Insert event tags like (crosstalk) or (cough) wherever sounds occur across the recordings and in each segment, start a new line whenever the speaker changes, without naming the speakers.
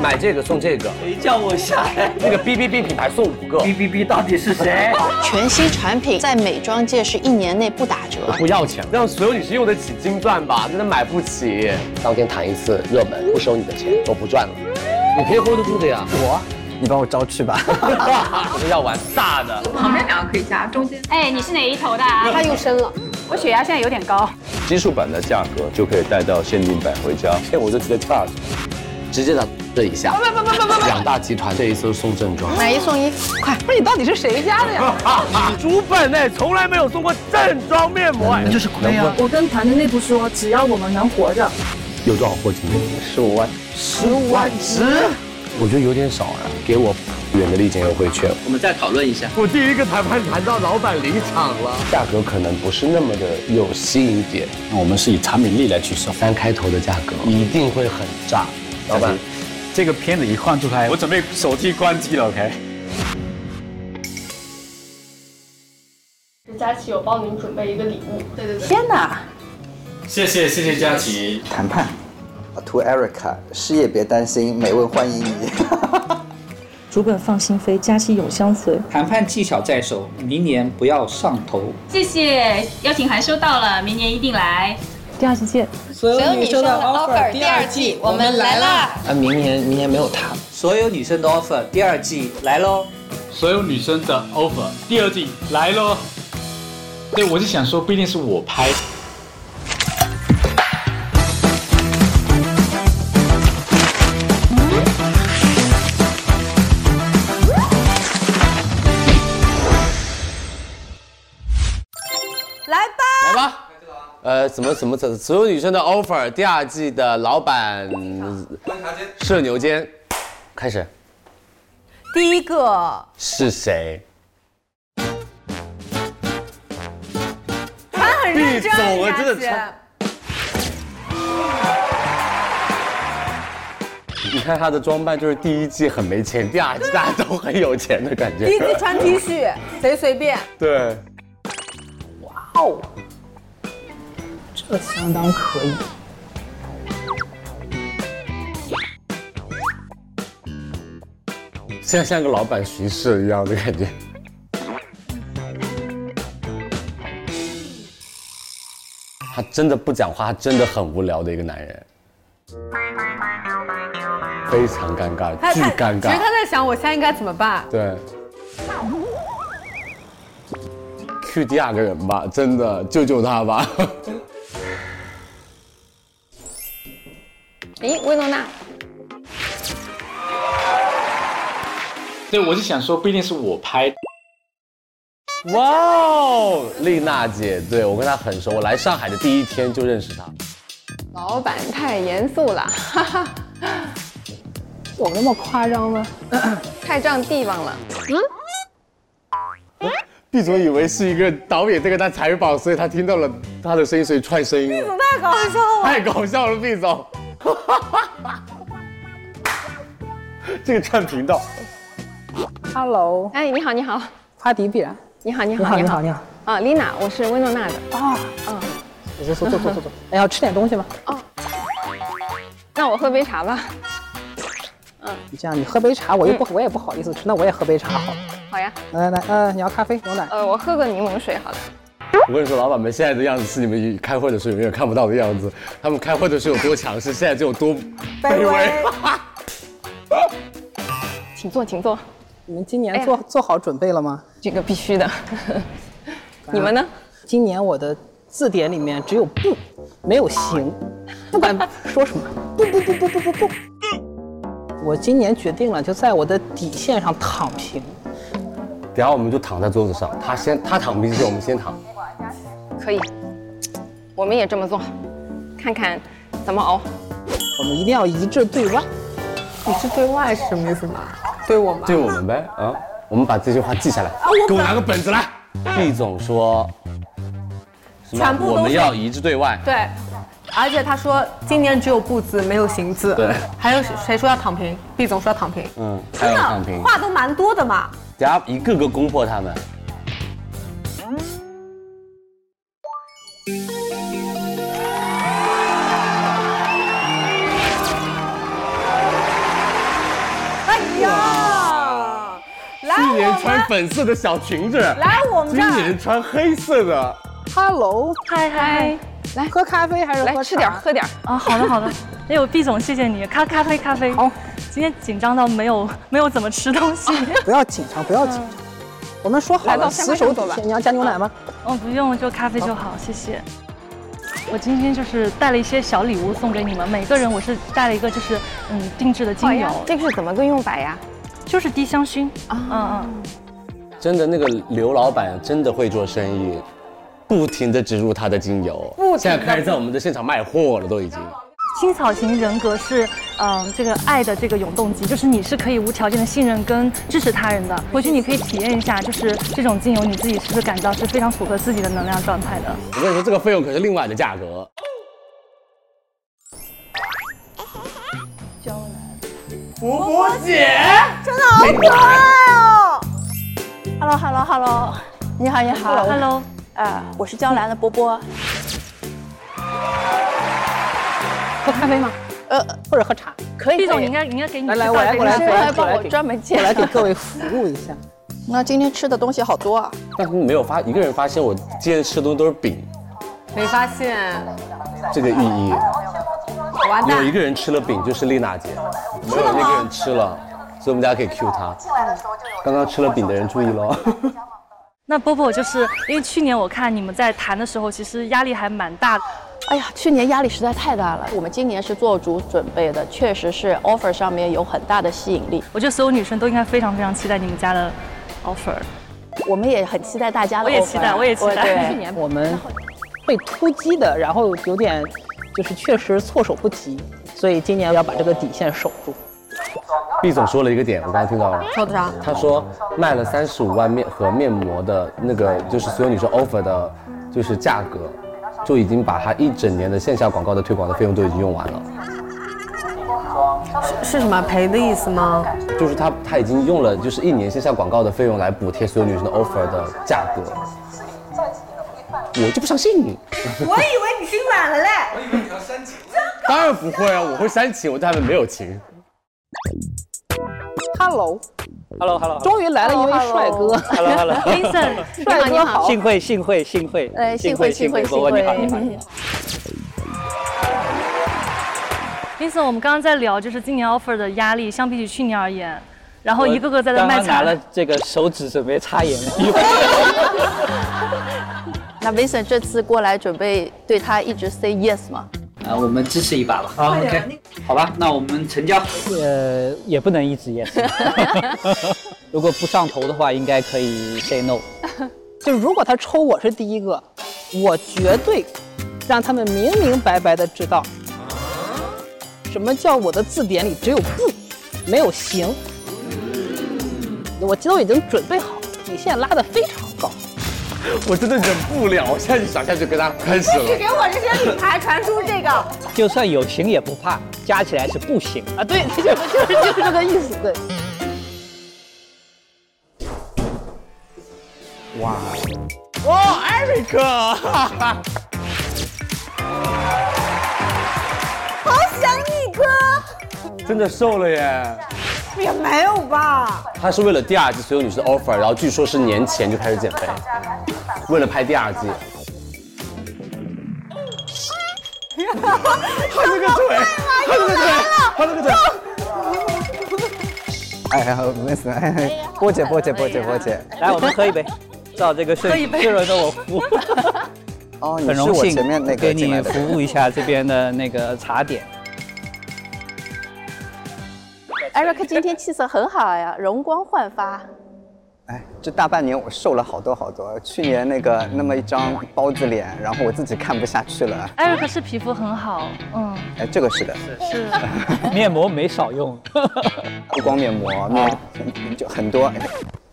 买这个送这个，
谁哎叫我下来？
那个 B B B 品牌送五个，
哔哔哔，到底是谁？
全新产品在美妆界是一年内不打折。
(laughs) 不要钱，让所有女生用得起金钻吧，真的买不起。
当天谈一次热门，不收你的钱，我不赚了。
你可以 hold 得住的呀，
我，你帮我招去
(laughs)
吧。
我们要玩大的。
旁边两个可以加，中间
哎，你是哪一头的、啊？
嗯
他又升了，
我血压现在有点高。
基数版的价格就可以带到限定版回家，
哎骗我就直接跳下去，直接打这一下。两大集团这一次送正装，
买一送一，快！
不是你到底是谁家
(laughs)
的呀？
主本哎，从来没有送过正装面膜哎，
就是亏啊！
我跟团队内部说，只要我们能活着，
有多少货金？
十五万，
十五万值，
我觉得有点少啊，给我远的立减优惠券，
我们再讨论一下。
我第一个谈判谈到老板离场了。
价格可能不是那么的有吸引点，
那我们是以产品力来取胜，
三开头的价格一定会很炸。老板，
这个片子一放出来，我准备手机关机了，OK。
佳琪有帮您准备一个礼物，对对对，
天哪！
谢谢谢谢佳琪。
谈判，图 Erica，事业别担心，美味欢迎你。
主管放心飞，佳期永相随。
谈判技巧在手，明年不要上头。
谢谢，邀请函收到了，明年一定来。
第二期见。
所有女生的 offer 第二季我们来啦！
啊，明年明年没有他。
所有女生的 offer 第二季来喽！
所有女生的 offer 第二季来喽！对，我是想说，不一定是我
(laughs)
拍。
来吧，
呃，怎么怎么怎么，所有女生的 offer 第二季的老板社牛间，开始
第一个
是谁？
他很认真，
毕总我
佳
真的
琪
超
(laughs) 你看她的装扮，就是第一季很没钱，第二季大家都很有钱的感觉。
第一次穿 T 恤，谁随便？
(laughs) 对，
哦这相当可以。
像像个老板巡视一样的感觉。他真的不讲话，他真的很无聊的一个男人，非常尴尬，巨尴
其实他
尬。
在想我现在应该怎么办。
对，Q 第二个人吧，真的救救他吧。
诶，薇诺娜，
(laughs) 对，我是想说，不一定是我拍。
哇哦，丽娜姐，对我跟她很熟，我来上海的第一天就认识她。
老板太严肃了， (laughs) 哈哈，我那么夸张吗？太占地方了。
嗯
(laughs) 毕总以为是一个导演在跟他采访，所以他听到了他的声音，所以串声音了。
太
啊
搞笑了！
太搞笑了，毕总。这个占频道，
Hello，
哎，你好，你好，
帕迪比然。
你好，你
你
好，
好，
你
你
好
好，你好。
啊，丽娜，我是薇诺娜的。
啊，嗯，你坐坐坐坐坐坐。哎，要吃点东西吗？
那我喝杯茶吧。
你这样，你喝杯茶，我又
嗯
不，我也不好意思吃，那我也喝杯茶好了。
好呀，
来来来，呃，你要咖啡、牛奶？
呃，我喝个柠檬水好了。
我跟你说，老板们现在的样子是你们开会的时候永远看不到的样子。他们开会的时候有多强势，现在就有多
哎
卑微。
(laughs) 请坐，请坐。哎
你们今年做做好准备了吗？
这个
(laughs)
必须的。你们呢？
今年我的字典里面只有不，没有行，不管说什么，不不不不不不不。我今年决定了，就在我的底线上躺平。
等下我们就躺在桌子上，他先他躺平之前，我们先躺。
可以，我们也这么做，看看怎么熬。
我们一定要一致对外。
你是对外是什么意思嘛？对我吗？
对我们呗，啊，我们把这句话记下来，给我拿个本子来。毕总说，什么
全部都是
我们要一致对外。
对，而且他说今年只有不字没有行字。
对，
还有谁说要躺平？毕总说要躺平，
嗯，还有躺平，
话都蛮多的嘛。
等下一个个攻破他们。
哎
去年穿粉色的小裙子，
来我们这
今
儿
年穿黑色的。
Hello，嗨
嗨，
来喝咖啡还是
来吃点喝点啊？好的好的， (laughs) 哎呦，毕总谢谢你，咖咖啡咖啡。好，今天紧张到没有 (laughs) 没有怎么吃东西。
(laughs) 不要紧张，不要紧张。我们说好
来
了，
到下
死
面
守
走
底
吧
线。你要加牛奶吗？
哦，不用，就咖啡就好，谢谢。我今天就是带了一些小礼物送给你们，每个人我是带了一个就是嗯定制的精
好
油
呀，这个是怎么个用法呀？
就是滴香薰。
啊
嗯嗯。
真的，那个刘老板真的会做生意，不停的植入他的精油，
不停地
现在开始在我们的现场卖货了，都已经。
青草型人格是，嗯、这个爱的这个永动机，就是你是可以无条件的信任跟支持他人的。回去你可以体验一下，就是这种精油，你自己是不是感到是非常符合自己的能量状态
哎
的？
我跟你说，这个费用可是另外的价格。
波波姐，
真的好可爱哦！Hello Hello Hello，你好你好
Hello
呃，我是娇兰的波波，
喝咖啡吗？
呃，
或者喝茶？
可以
毕总
可以
应该应该给你
来来，
介
我
绍
来，
一
我来，
下
我来，
帮我
给
专门介
我来给
绍
各位服务
(laughs)
一下。
那今天吃的东西好多啊，
但是你没有发一个人发现，我今天吃的东西都是饼，
没发现，
这个意义。
完
有一
蛋，
个人吃了饼，就是丽娜姐，没有一个人吃了，所以我们大家可以 Q 她。刚刚吃了饼的人注意喽。
那波波就是因为去年我看你们在谈的时候，其实压力还蛮大的。
哎呀，去年压力实在太大了，我们今年是做足准备的，确实是 offer 上面有很大的吸引力。
我觉得所有女生都应该非常非常期待你们家的 offer。
我们也很期待大家的 offer，
我也期待我也期待
对
去年
我们会突击的，然后有点就是确实措手不及，所以今年要把这个底线守住。
(laughs) 毕总说了一个点，我刚刚听到了。
说的啥
他说卖了三十五万面盒面膜的那个，就是所有女生 offer 的，就是价格，就已经把他一整年的线下广告的推广的费用都已经用完了。
是是什么赔的意思吗？
就是他他已经用了就是一年线下广告的费用来补贴所有女生的 offer 的价格。我就不相信你。
(laughs) 我以为你心软了嘞。我以为你要煽情。
当然不会啊，我会煽情，我对他们没有情。
Hello，
Hello Hello，
终于来了一位帅哥
Hello Hello
Vincent，帅哥好
幸会幸会幸会，
哎幸会幸会
伯伯
幸会
你好你好。
嗯
你好
Vincent，我们刚刚在聊，就是今年 offer 的压力，相比起去年而言，然后一个个在那
刚
卖
刚拿
惨。
了这个手指准备插眼了，
(laughs)
那 Vincent 这次过来准备对他一直 say yes 吗？
啊，我们支持一把吧。啊，OK，好吧，那我们成交。
呃，也不能一直
(laughs)
yes。如果不上头的话，应该可以 say no。
就如果他抽我是第一个，我绝对让他们明明白白的知道，什么叫我的字典里只有不，没有行。我都已经准备好，底线拉得非常高。
我真的忍不了，我现在就想下去跟他开始
你给
了。
我这些女排传输这个，
就算有情也不怕，加起来是不行啊！
(laughs)
对，就是就是就是这个意思，对。
哇，
哇，艾瑞克，哈哈
好想你哥，
真的瘦了耶。
也没有吧？
他是为了第二季所有女生的 offer，然后据说是年前就开始减肥，为了拍第二季。
他这个腿，他这个腿，他这个腿，
哎呀，没事，哎，波姐，波姐，波姐，波姐，
来，我们喝一杯，照这个顺序这轮到我服务。
(laughs) 哦，你
很
是
荣
我
幸
前面那个
给
进
你
来的
服务一下这边的那个茶点。
Eric 今天气色很好呀，容光焕发。
这大半年我瘦了好多好多，去年那个那么一张包子脸，然后我自己看不下去了。
Eric 是皮肤很好，嗯，
哎，这个是的，
是。
面膜没少用，
(laughs) 不光面膜，面就很多。哎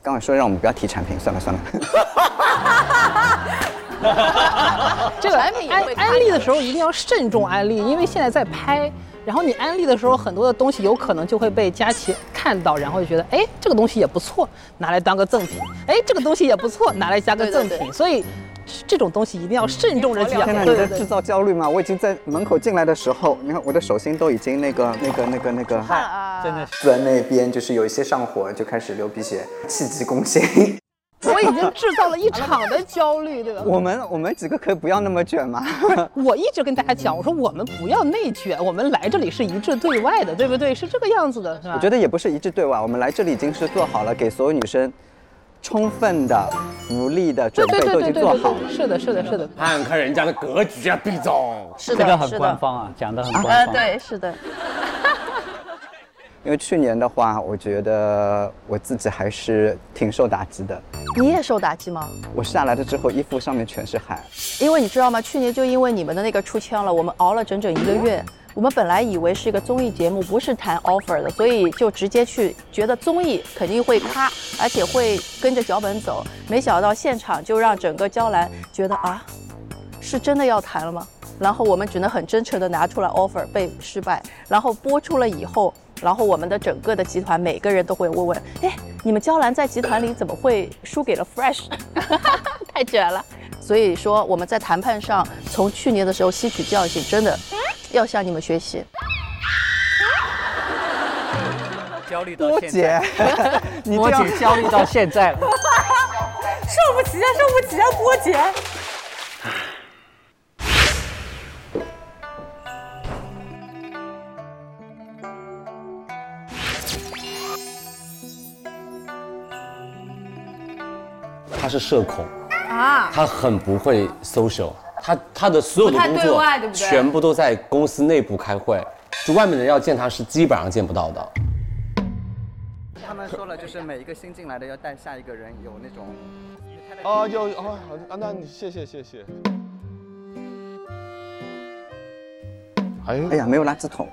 刚才说让我们不要提产品，算了算了。
(laughs) 这个安安利的时候一定要慎重安利，因为现在在拍，然后你安利的时候很多的东西有可能就会被佳琪看到，然后就觉得哎这个东西也不错，拿来当个赠品，哎这个东西也不错，拿来加个赠品，所以。这种东西一定要慎重着讲。
天哪，你
对
在
对
制造焦虑吗？我已经在门口进来的时候，你看我的手心都已经那个、那个、那个、那个，
(laughs) 真的
在那边就是有一些上火，就开始流鼻血，气急攻心。 (laughs)
我已经制造了一场的焦虑，对吧？
我们我们几个可以不要那么卷吗？
我一直跟大家讲，我说我们不要内卷，我们来这里是一致对外的，对不对？是这个样子的，是吧？
我觉得也不是一致对外，我们来这里已经是做好了给所有女生充分的福利的准备，
对对
都已经
对对
做
对
好。
对，是的，是的，是的。
看看人家的格局啊，毕总。
是
这
的，
个
是
很
的
官方啊，讲的很官
呃，
方。
对，是的。
因为去年的话，我觉得我自己还是挺受打击的。
你也受打击吗？
我下来了之后，衣服上面全是汗。
因为你知道吗？去年就因为你们的那个出圈了，我们熬了整整一个月。我们本来以为是一个综艺节目，不是谈 offer 的，所以就直接去觉得综艺肯定会咔，而且会跟着脚本走。没想到现场就让整个娇兰觉得啊，是真的要谈了吗？然后我们只能很真诚的拿出来 offer，被失败。然后播出了以后，然后我们的整个的集团每个人都会问问，哎，你们娇兰在集团里怎么会输给了 Fresh？太卷了。所以说我们在谈判上，从去年的时候吸取教训，真的要向你们学习。
(laughs) 焦虑
波姐，
(laughs)
你这样
波姐焦虑到现在了。
(laughs) 受不起啊，受不起啊，波姐！
他是社恐，
啊，
他很不会 social，他他的所有的工
不太对
作
外对不对
全部都在公司内部开会，就外面的人要见他是基本上见不到的。
他们说了，就是每一个新进来的要带下一个人，有那种。
哦，有哦，好的，啊，那你谢谢谢谢。
哎呀，没有垃圾 (laughs) 桶。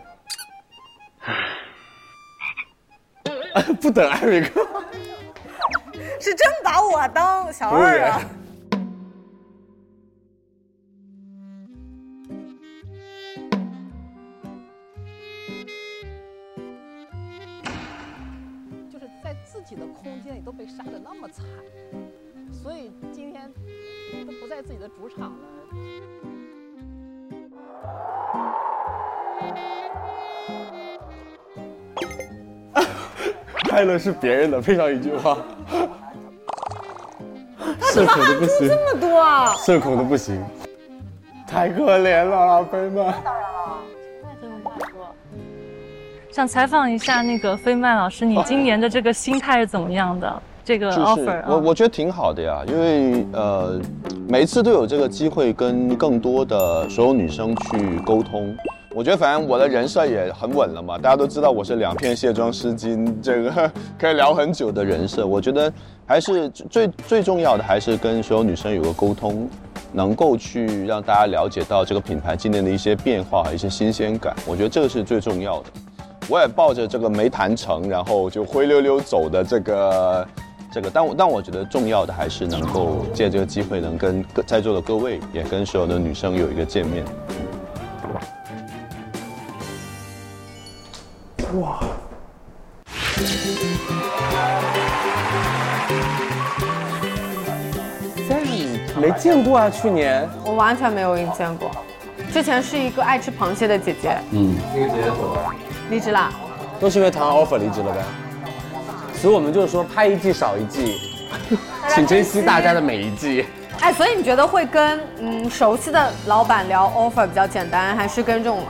不等艾瑞克，
是真把我当小二啊！
就是在自己的空间里都被杀的那么惨，所以今天都不在自己的主场了。
快乐是别人的，配上一句话，社恐的不行，
这么多啊！
社恐的不行，太可怜了，阿飞们。
想采访一下那个飞曼老师，你今年的这个心态是怎么样的？这个
就是
offer
我
啊，
我觉得挺好的呀，因为呃，每一次都有这个机会跟更多的所有女生去沟通。我觉得反正我的人设也很稳了嘛，大家都知道我是两片卸妆湿巾，这个可以聊很久的人设。我觉得还是最最重要的还是跟所有女生有个沟通，能够去让大家了解到这个品牌今年的一些变化和一些新鲜感。我觉得这个是最重要的。我也抱着这个没谈成，然后就灰溜溜走的这个这个，但我但我觉得重要的还是能够借这个机会，能跟各在座的各位，也跟所有的女生有一个见面。
哇，
没见过啊，去年。
我完全没有遇见过。之前是一个爱吃螃蟹的姐姐，
嗯，
离职啦。
都是因为谈完 offer 离职了呗。所以我们就是说，拍一季少一季，请珍惜大家的每一季。
哎，所以你觉得会跟嗯熟悉的老板聊 offer 比较简单，还是跟这种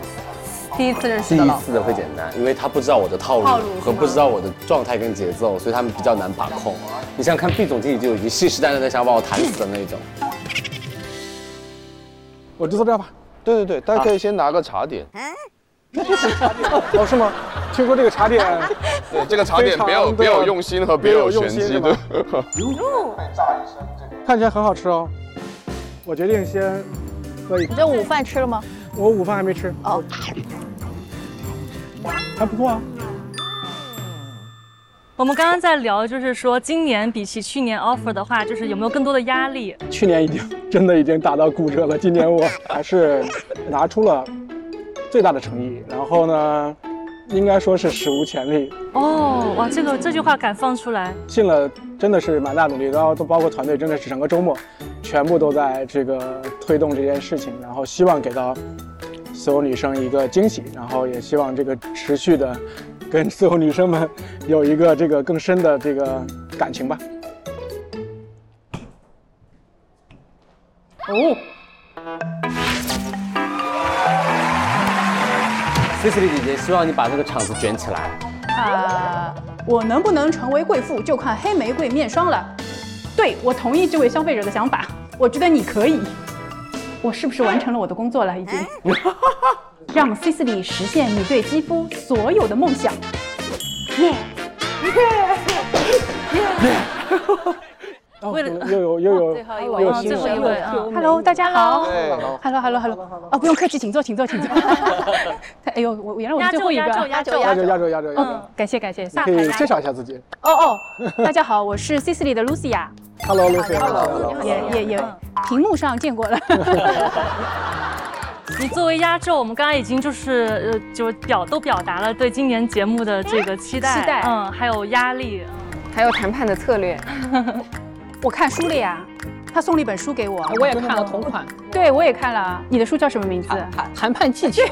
第一次认识
第
的
一
老板？
次的会简单，因为他不知道我的套路
套路是吗
和不知道我的状态跟节奏，所以他们比较难把控。你像看毕总经理就已经信誓旦旦的想把我谈死的
(laughs)
那种。
我就这样吧。对对对，大家可以先拿个茶点。
啊
(laughs) 哦，是吗？听说这
(laughs)
个茶点，对
这个茶点别有别有用心和别有玄机对。
哦
看起来很好吃哦。我决定先喝一
你这午饭吃了吗？
我午饭还没吃。
哦，
还不错啊。
我们刚刚在聊，就是说今年比起去年 offer 的
嗯
话，就是有没有更多的压力？
去年已经真的已经打到骨折了，今年我还是拿出了最大的诚意，然后呢，应该说是史无前例，
哦，哇，这个这句话敢放出来，
进了
真的是蛮大努力，然后都包括团队，真的是整个周末全部都在这个推动这件事情，然后希望给到所有女生一个惊喜，然后也希望这个持续的跟所有女生们有一个这个更深的这个感情吧。
哦，
谢谢丽姐姐，希望你把那个场子卷起来。
啊、我能不能成为贵妇，就看黑玫瑰面霜了。对，我同意这位消费者的想法，我觉得你可以。我是不是完成了我的工作了？已
哎
经， (laughs) 让 C C 里实现你对肌肤所有的梦想。耶、
(laughs) 为了哦又有又 (laughs) 有有新人了
嗯 Hello，大家好。
对
Hello，Hello，Hello。哦，不用客气，请坐，请坐，
(laughs)
请坐。哎呦，我我原来我是最后一个。
压轴压轴压轴压轴压轴压轴
嗯，感谢感谢。
你可以介绍一下自己。
哦哦， (laughs) 大家好，我是 C C 里的
(laughs)
Lucia。
Hello Lucy，
也也也，
嗯
屏幕上见过了。 (laughs)
你作为压轴，我们刚才已经就是呃，就表都表达了对今年节目的这个期待，
期待
嗯，还有压力，
还有谈判的策略。
我看书了呀，他送了一本书给我，
啊
我也看了同款。
对，我也看了。你的书叫什么名字？
谈谈判技
(laughs)
巧，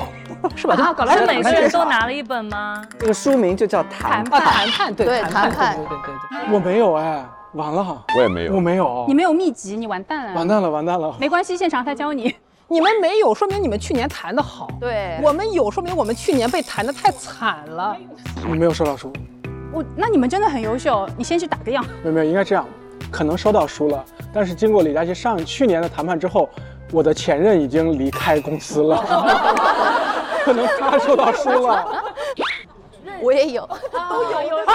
是吧？
啊，搞
了
了
个
每个人都拿了一本吗？
这个书名就叫《谈判》。
啊
谈判对
对
谈
判
判，对对对对。
我没有哎，完了，
我也没有，
我没有
你，没有秘籍，你完蛋了。
完蛋了完蛋了，
没关系，现场他教你。
你们没有，说明你们去年谈的好。
对
我们有，说明我们去年被谈的太惨了。
我没有收到书，
我那你们真的很优秀，你先
(laughs)
去打个
(laughs)
样。
没有没有，应该这样，可能收到书了，但是经过李佳琦上去年的谈判之后，我的前任已经离开公司了，可能他收到书了。
我也有，
都啊有
(laughs)
有。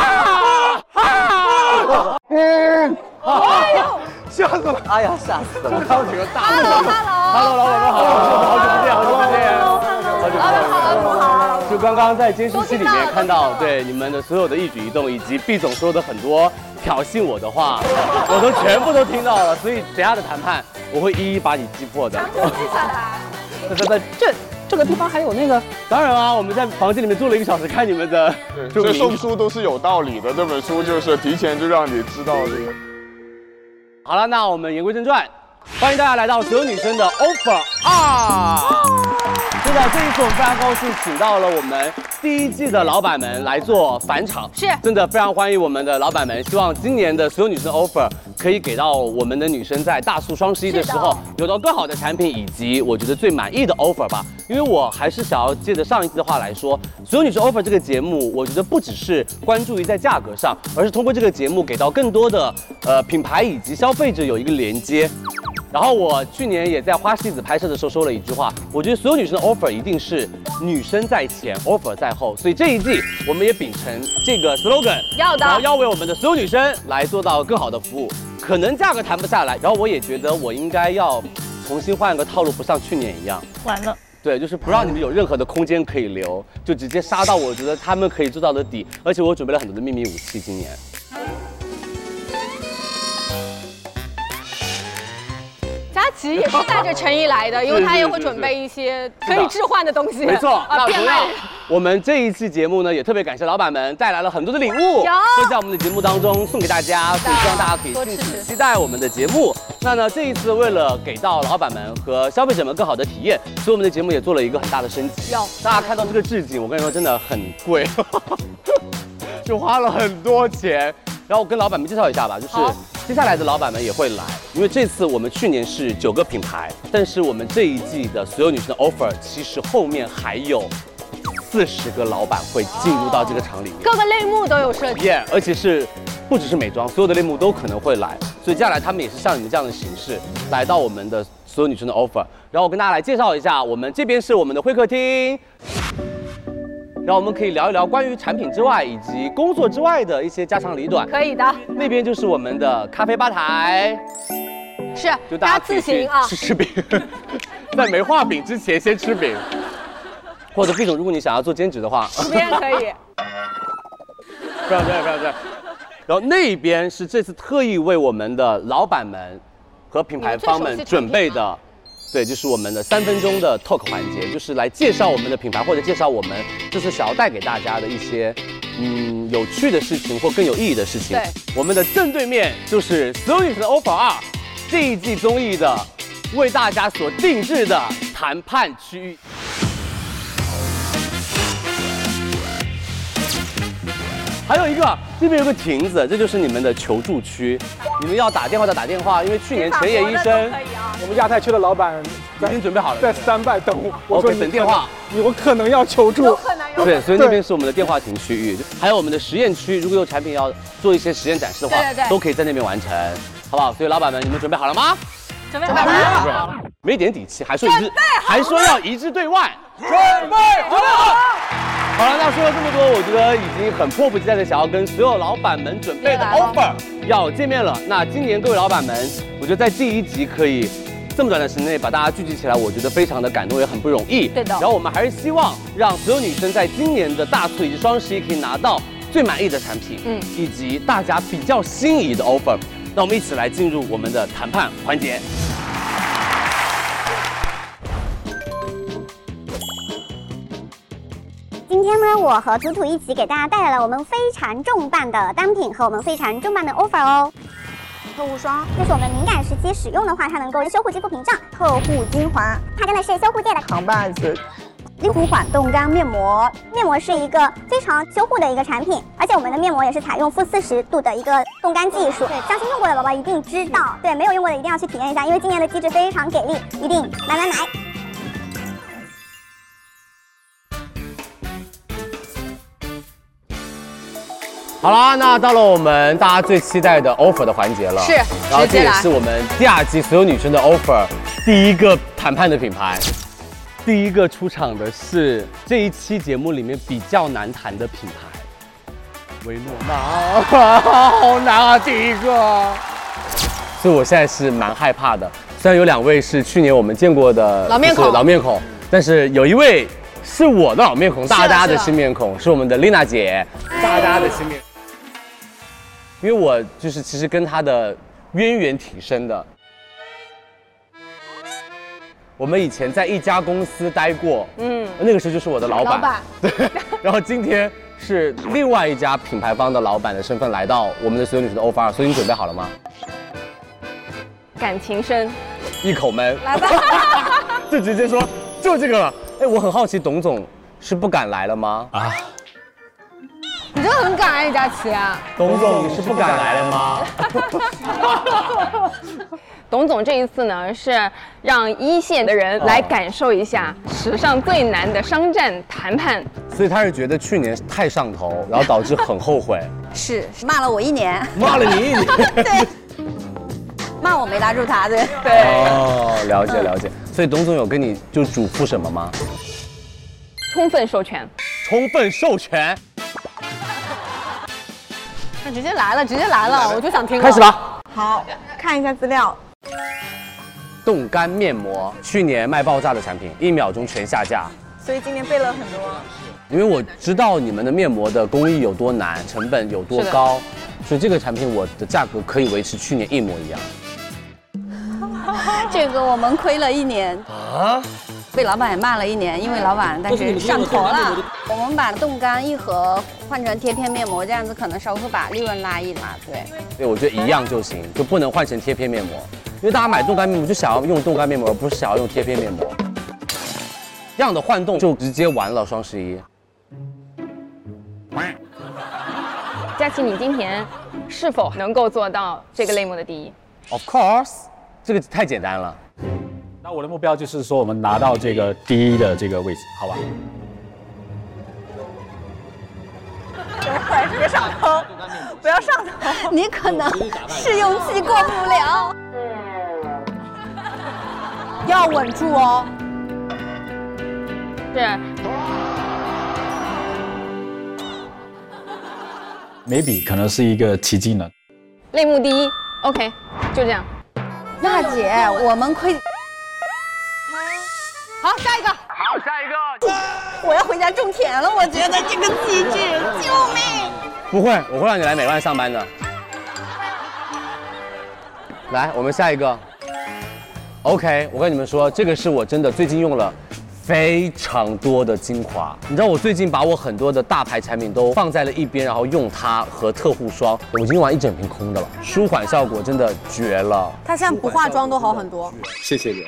嗯，
哎呦，
吓死了！
哎呀，吓死了！
刚几个大
Hello，Hello，
老板们好，好久不见，好久不见，好久不见，好就刚刚在监视器里面看到，对你们的所有的一举一动，以及毕总说的很多挑衅我的话，我都全部都听到了。所以等下的谈判，我会一一把你击破的。那那那
这这个地方还有那个，
当然啊，我们在房间里面坐了一个小时，看你们的
所以
名
送书都是有道理的。这本书就是提前就让你知道这个。
好了，那我们言归正传，欢迎大家来到所有女生的 offer 二。是的，这一次我们非常高兴，请到了我们第一季的老板们来做返场，
是
真的非常欢迎我们的老板们。希望今年的所有女生 offer 可以给到我们的女生在大促双十一的时候有到更好的产品，以及我觉得最满意的 offer 吧。因为我还是想要借着上一季的话来说，所有女生 offer 这个节目，我觉得不只是关注于在价格上，而是通过这个节目给到更多的呃品牌以及消费者有一个连接。然后我去年也在花西子拍摄的时候说了一句话，我觉得所有女生的 offer 一定是女生在前，offer 在后，所以这一季我们也秉承这个 slogan，
要的
然后要为我们的所有女生来做到更好的服务。可能价格谈不下来，然后我也觉得我应该要重新换个套路，不像去年一样。
完了。
对，就是不让你们有任何的空间可以留，就直接杀到我觉得他们可以做到的底。而且我准备了很多的秘密武器，今年。
佳琪也是带着诚意来的，因为他也会准备一些可以置换的东西，
没错，
啊，变卖人。
我们这一期节目呢，也特别感谢老板们带来了很多的礼物，
有
都在我们的节目当中送给大家，所以希望大家可以
多
敬
吃
请期待我们的节目。那呢，这一次为了给到老板们和消费者们更好的体验，所以我们的节目也做了一个很大的升级。
有
大家看到这个置景，我跟你说真的很贵，就花了很多钱。然后我跟老板们介绍一下吧，就是
好
接下来的老板们也会来，因为这次我们去年是九个品牌，但是我们这一季的所有女生的 offer，其实后面还有四十个老板会进入到这个场里面。
各个类目都有设计。
耶而且是不只是美妆，所有的类目都可能会来，所以接下来他们也是像你们这样的形式来到我们的所有女生的 offer。然后我跟大家来介绍一下，我们这边是我们的会客厅，然后我们可以聊一聊关于产品之外以及工作之外的一些家长里短。
可以的，
那边就是我们的咖啡吧台，
是
就
大家
可
自
以
行啊
去
(laughs)
吃吃饼，在没画饼之前先吃饼，或者毕总，如果你想要做兼职的话，
这边可以。
非常对，非常对。然后那边是这次特意为我们的老板们和品牌方们准备的，对，就是我们的三分钟的 talk 环节，就是来介绍我们的品牌或者介绍我们这次想要带给大家的一些嗯有趣的事情或更有意义的事情。
对
我们的正对面就是《所有女神 offer 二》这一季综艺的为大家所定制的谈判区域。还有一个，这边有个亭子，这就是你们的求助区。你们要打电话的打电话，因为去年
法
陈野
国
医
的
生
都可以我们亚太区的老板已
经准备好了，
在三拜等我。我
OK，
说你
等电话
可能，你我可能要求助，
对，所以那边是我们的电话亭区域，还有我们的实验区。如果有产品要做一些实验展示的话，
对对对
都可以在那边完成，好不好？所以老板们，你们准备好了吗？
准备好了，
没点底气，还说一致，还说要一致对外。
准备
哦
好了。
好了，那说了这么多，我觉得已经很迫不及待的想要跟所有老板们准备的 offer 要见面了。那今年各位老板们，我觉得在第一集可以这么短的时间内把大家聚集起来，我觉得非常的感动，也很不容易。
对的
然后我们还是希望让所有女生在今年的大促以及双十一可以拿到最满意的产品，嗯
嗯，
以及大家比较心仪的 offer。那我们一起来进入我们的谈判环节。
今天呢，我和图图一起给大家带来了我们非常重磅的单品和我们非常重磅的 offer 哦。特护霜，这是我们敏感时期使用的话，它能够修护肌肤屏障。特护精华，它真的是修护界的扛把子。利肤缓冻干面膜，面膜是一个非常修护的一个产品，而且我们的面膜也是采用负四十度的一个冻干技术。对，相信用过的宝宝一定知道，对，没有用过的一定要去体验一下，因为今年的机制非常给力，一定买买买。
好啦，那到了我们大家最期待的 offer 的环节了，
是
然后
直接
这也
来
是我们第二季所有女生的 offer 第一个谈判的品牌。第一个出场的是这一期节目里面比较难谈的品牌——维诺娜，好难啊，第一个。所以我现在是蛮害怕的。虽然有两位是去年我们见过的
老面孔
就是老面孔，但是有一位是我的老面孔，
啊
大家的新面孔是我们的丽娜姐。 (laughs) 大家的心面。因为我就是其实跟他的渊源挺深的。我们以前在一家公司待过，
嗯
那个时候就是我的老板，
老
(laughs)
板
然后今天是另外一家品牌方的老板的身份来到我们的所有女神的 offer，二所以你准备好了吗？
感情深，
一口闷，
来吧。
(laughs) 就直接说就这个了。哎，我很好奇，董总是不敢来了吗？啊，
你真的很敢爱李佳
(laughs)
琦啊！
董总你是不敢来了吗？
董总这一次呢，是让一线的人来感受一下史上最难的商战谈判。
所以他是觉得去年太上头，然后导致很后悔。
是骂了我一年，
骂了你一年
(laughs) 对，骂我没拉住他，对
哦，了解了解。所以董总有跟你就嘱咐什么吗？
充分授权。
充分授权，
那直接来了，直接来了，我就想听了。
开始吧。
好，看一下资料。
冻干面膜，去年卖爆炸的产品，一秒钟全下架。
所以今年背了很多。
因为我知道你们的面膜的工艺有多难，成本有多高，所以这个产品我的价格可以维持去年一模一样。
这个我们亏了一年，
啊？
被老板也骂了一年，因为老板但
但是你
是
们
上头
做
了
了。
我们把冻干一盒换成贴片面膜，这样子可能稍微会把利润拉一拉。对，
对，我觉得一样就行，就不能换成贴片面膜，因为大家买冻干面膜就想要用冻干面膜，而不是想要用贴片面膜。这样的换冻就直接完了双十一。
佳琪，你今天是否能够做到这个类目的第一？
Of course，这个太简单了。
那我的目标就是说，我们拿到这个第一的这个位置，好吧？
还是别上头，不要上头，你可能试用期过不
(laughs)
了。
要稳住哦。
是
眉笔可能是一个奇迹呢。
类目第一，OK，就这样。
娜姐，我们亏。好，下一个。
好，下一个。
我要回家种田了，我觉得这个机制，救命！
不会，我会让你来美万上班的。来，我们下一个。OK，我跟你们说，这个是我真的最近用了非常多的精华。你知道我最近把我很多的大牌产品都放在了一边，然后用它和特护霜，我已经用完一整瓶空的了，舒缓效果真的绝了。
她现在不化妆都好很多。
谢谢
啊
你，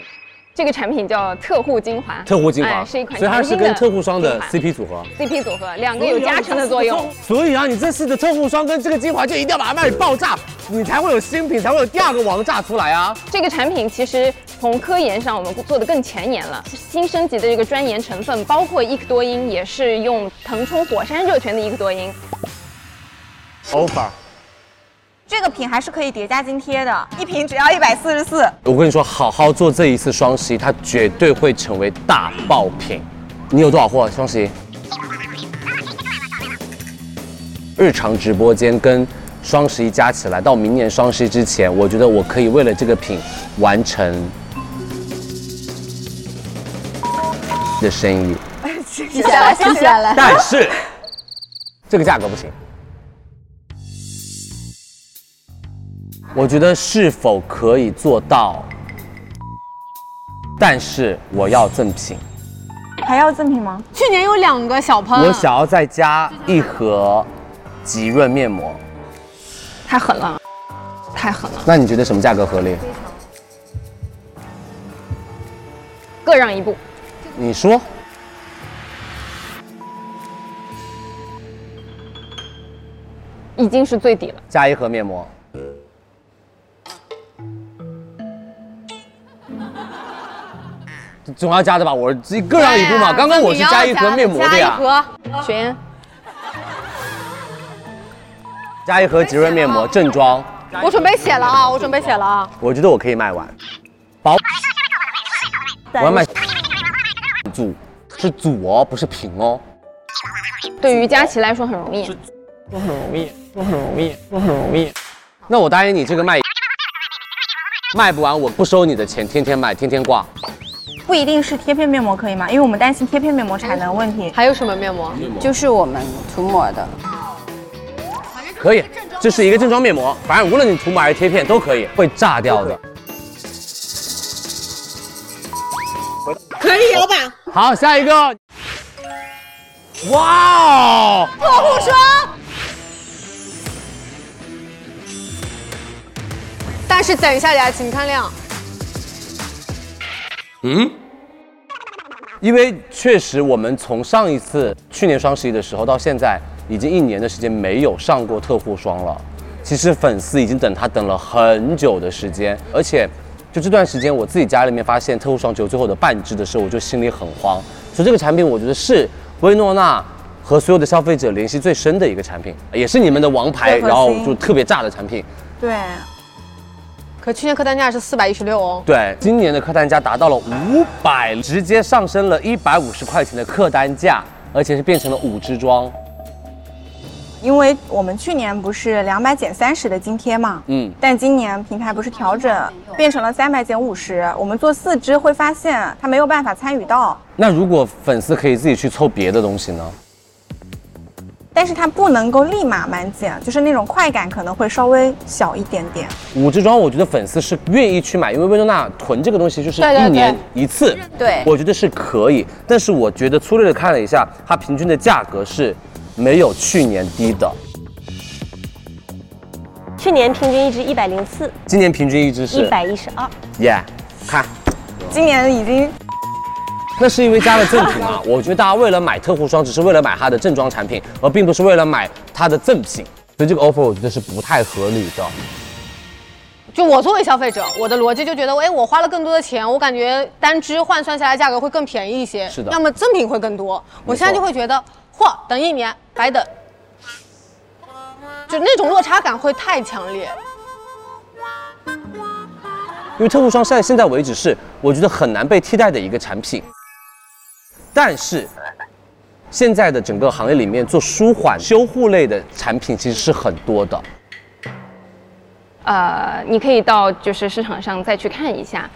这个产品叫特护精华，
特护精华，
哎是一款
所以它
全
是
新的
跟特护霜的
精华
CP 组合。
CP 组合，两个有加成的作用。
所以啊，你这次的特护霜跟这个精华就一定要把它卖爆炸，你才会有新品，才会有第二个王炸出
哎
来啊！
这个产品其实从科研上我们做的更前沿了，新升级的这个专研成分包括伊克多因，也是用腾冲火山热泉的伊克多因。
offer。
这个品还是可以叠加津贴的，一瓶只要一百四十四。
我跟你说，好好做这一次双十一，它绝对会成为大爆品。你有多少货？双十一？日常直播间跟双十一加起来，到明年双十一之前，我觉得我可以为了这个品完成的生意。
(laughs)
记下来，记下来。
但是这个价格不行。我觉得是否可以做到？但是我要赠品，
还要赠品吗？
去年有两个小喷，
我想要再加一盒极润面膜。
太狠了，太狠了，
那你觉得什么价格合理？
各让一步。
你说。
已经是最底了。
加一盒面膜。总要加的吧？我自己各让一
哎
哎
步嘛。刚刚我是加一盒面膜的呀，
雪烟，
加一盒极润面膜正装，
我准备写了啊，我准备写了啊。
我觉得我可以卖完。保，我要卖
哎
组，是组哦，不是瓶哦。
对于佳琪来说很容易，
我很容易，我很容易，我很容易。那我答应你，这个卖卖不完，我不收你的钱，天天卖，天天挂。
不一定是贴片面膜可以吗？因为我们担心贴片面膜产能问题。还有什么面膜
膜
就是我们涂抹的。
可以，这是一个正装面膜，反正无论你涂抹还是贴片都可以，会炸掉的。
可以，老板。
好，下一个。哇哦！
特护霜。
但是等一下，佳琪，你看亮，
嗯，因为确实我们从上一次去年双十一的时候到现在，已经一年的时间没有上过特护霜了。其实粉丝已经等它等了很久的时间，而且就这段时间我自己家里面发现特护霜只有最后的半支的时候，我就心里很慌。所以这个产品我觉得是薇诺娜和所有的消费者联系最深的一个产品，也是你们的王牌，
最核心
然后就特别炸的产品。
对。可去年客单价是四百一十六哦。
对，今年的客单价达到了五百，直接上升了一百五十块钱的客单价，而且是变成了五支装。
因为我们去年不是两百减三十的津贴嘛，
嗯，
但今年平台不是调整，变成了三百减五十。我们做四支会发现它没有办法参与到，
那如果粉丝可以自己去凑别的东西呢？
但是它不能够立马满减，就是那种快感可能会稍微小一点点。
五支装，我觉得粉丝是愿意去买，因为薇诺娜囤这个东西就是
对对
一年一次，
对
我觉得是可以。但是我觉得粗略的看了一下，它平均的价格是没有去年低的，
去年平均一支一百零四，
今年平均一支
一
是
百一十二。
耶看。
今年已经
那是因为加了赠品 (laughs) 啊，我觉得大家为了买特护霜，只是为了买它的正装产品，而并不是为了买它的赠品，所以这个 offer 我觉得是不太合理的。
就我作为消费者，我的逻辑就觉得，哎，我花了更多的钱，我感觉单支换算下来价格会更便宜一些，
是的
要么赠品会更多。我现在就会觉得，嚯，等一年白等，就那种落差感会太强烈。
因为特护霜现在现在为止是我觉得很难被替代的一个产品，但是现在的整个行业里面做舒缓修护类的产品其实是很多的，
呃，你可以到就是市场上再去看一下。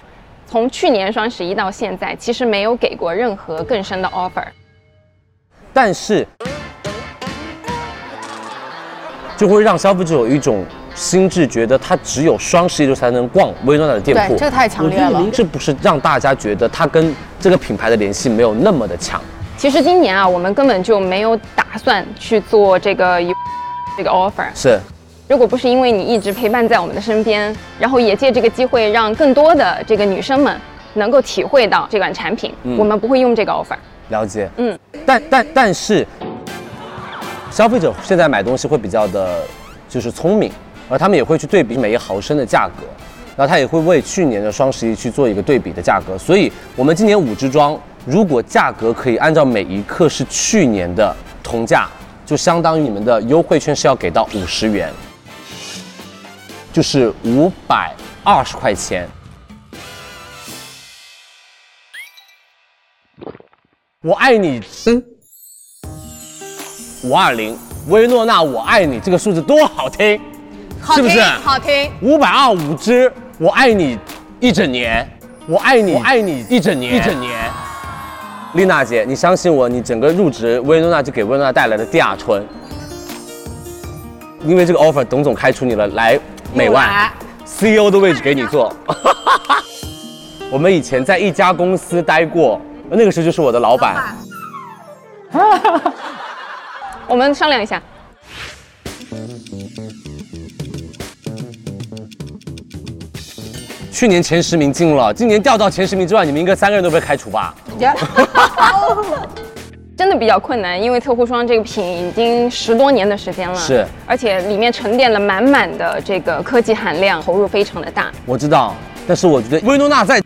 从去年双十一到现在，其实没有给过任何更深的 offer。
但是就会让消费者有一种心智，觉得他只有双十一就才能逛薇诺娜的店铺。
对这个太强烈了
我觉得这不是让大家觉得它跟这个品牌的联系没有那么的强。
其实今年啊，我们根本就没有打算去做这个一这个 offer。
是，
如果不是因为你一直陪伴在我们的身边，然后也借这个机会让更多的这个女生们能够体会到这款产品，
嗯
我们不会用这个 offer。
了解。
嗯， (laughs)
但但但是，消费者现在买东西会比较的，就是聪明，而他们也会去对比每一毫升的价格，然后他也会为去年的双十一去做一个对比的价格。所以，我们今年五支装如果价格可以按照每一克是去年的同价，就相当于你们的优惠券是要给到五十元，就是五百二十块钱。我爱你，嗯，五二零，薇诺娜，我爱你，这个数字多好听，
好
是
听，
不是？
好听。
五百二五支，我爱你一整年，我爱你，我爱你一整年，一整年。丽娜姐，你相信我，你整个入职薇诺娜就给薇诺娜带来了第二春。因为这个 offer，董总开除你了，来美万 CEO 的位置给你坐。我们以前在一家公司待过，那个时候就是我的老板。
我们商量一下，
去年前十名进了，今年掉到前十名之外，你们应该三个人都被开除吧？
(laughs) 真的比较困难，因为特护霜这个品已经十多年的时间了，
是
而且里面沉淀了满满的这个科技含量，投入非常的大。
我知道，但是我觉得薇诺娜在，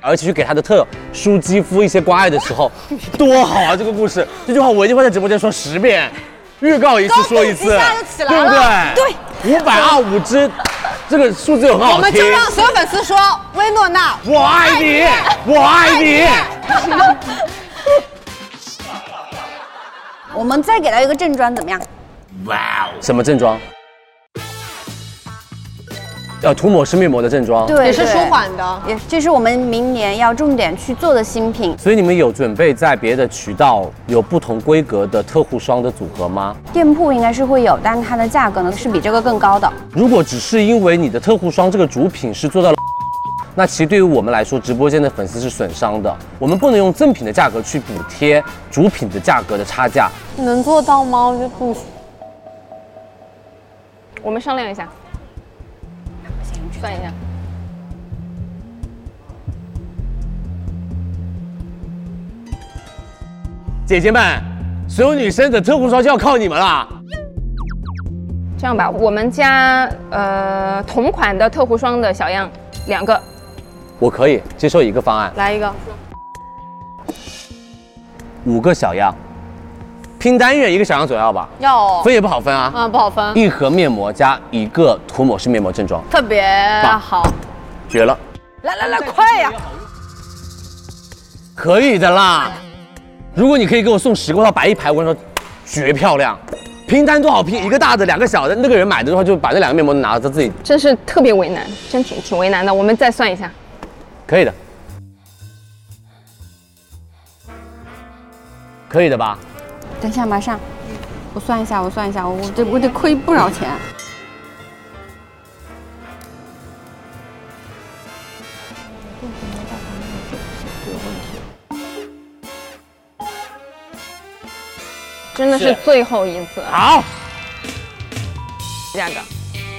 而且去给她的特殊肌肤一些关爱的时 (laughs) 候，多好啊！这个故事，这句话我一定会在直播间说十遍，预告一次说一
高
次，
兴一下就起来
对不
了
对？对，五百二五支，这个数字有很
我
好
们就
听。
让所有粉丝说：“薇诺娜，
我爱你，我爱你。
(laughs) 我们再给他一个正装怎么样？
哇哦！什么正装？要涂抹式面膜的正装。
对，
也是
对
舒缓的，
也这是我们明年要重点去做的新品。
所以你们有准备在别的渠道有不同规格的特护霜的组合吗？
店铺应该是会有，但它的价格呢是比这个更高的。
如果只是因为你的特护霜这个主品是做到了，那其实对于我们来说，直播间的粉丝是损伤的。我们不能用赠品的价格去补贴主品的价格的差价。
能做到吗？我觉得不行。
我们商量一下，算一下。
姐姐们，所有女生的特护霜就要靠你们啦！
这样吧，我们家呃同款的特护霜的小样两个，
我可以接受一个方案，
来一个，
五个小样，拼单月一个小样左右吧，
要哦
分也不好分啊。
啊，不好分，
一盒面膜加一个涂抹式面膜正装，
特别好。
绝了，
来来来，快呀！
可以的啦。如果你可以给我送十个的话，摆一排，我跟你说，绝漂亮。拼单多好拼，一个大的，两个小的。那个人买的话，就把那两个面膜拿着自己，
真是特别为难，真挺挺为难的。我们再算一下，
可以的，可以的吧？
等一下，马上，我算一下，我算一下，我我得我得亏不少钱。
真的是
是
最后一次。啊
好，
价格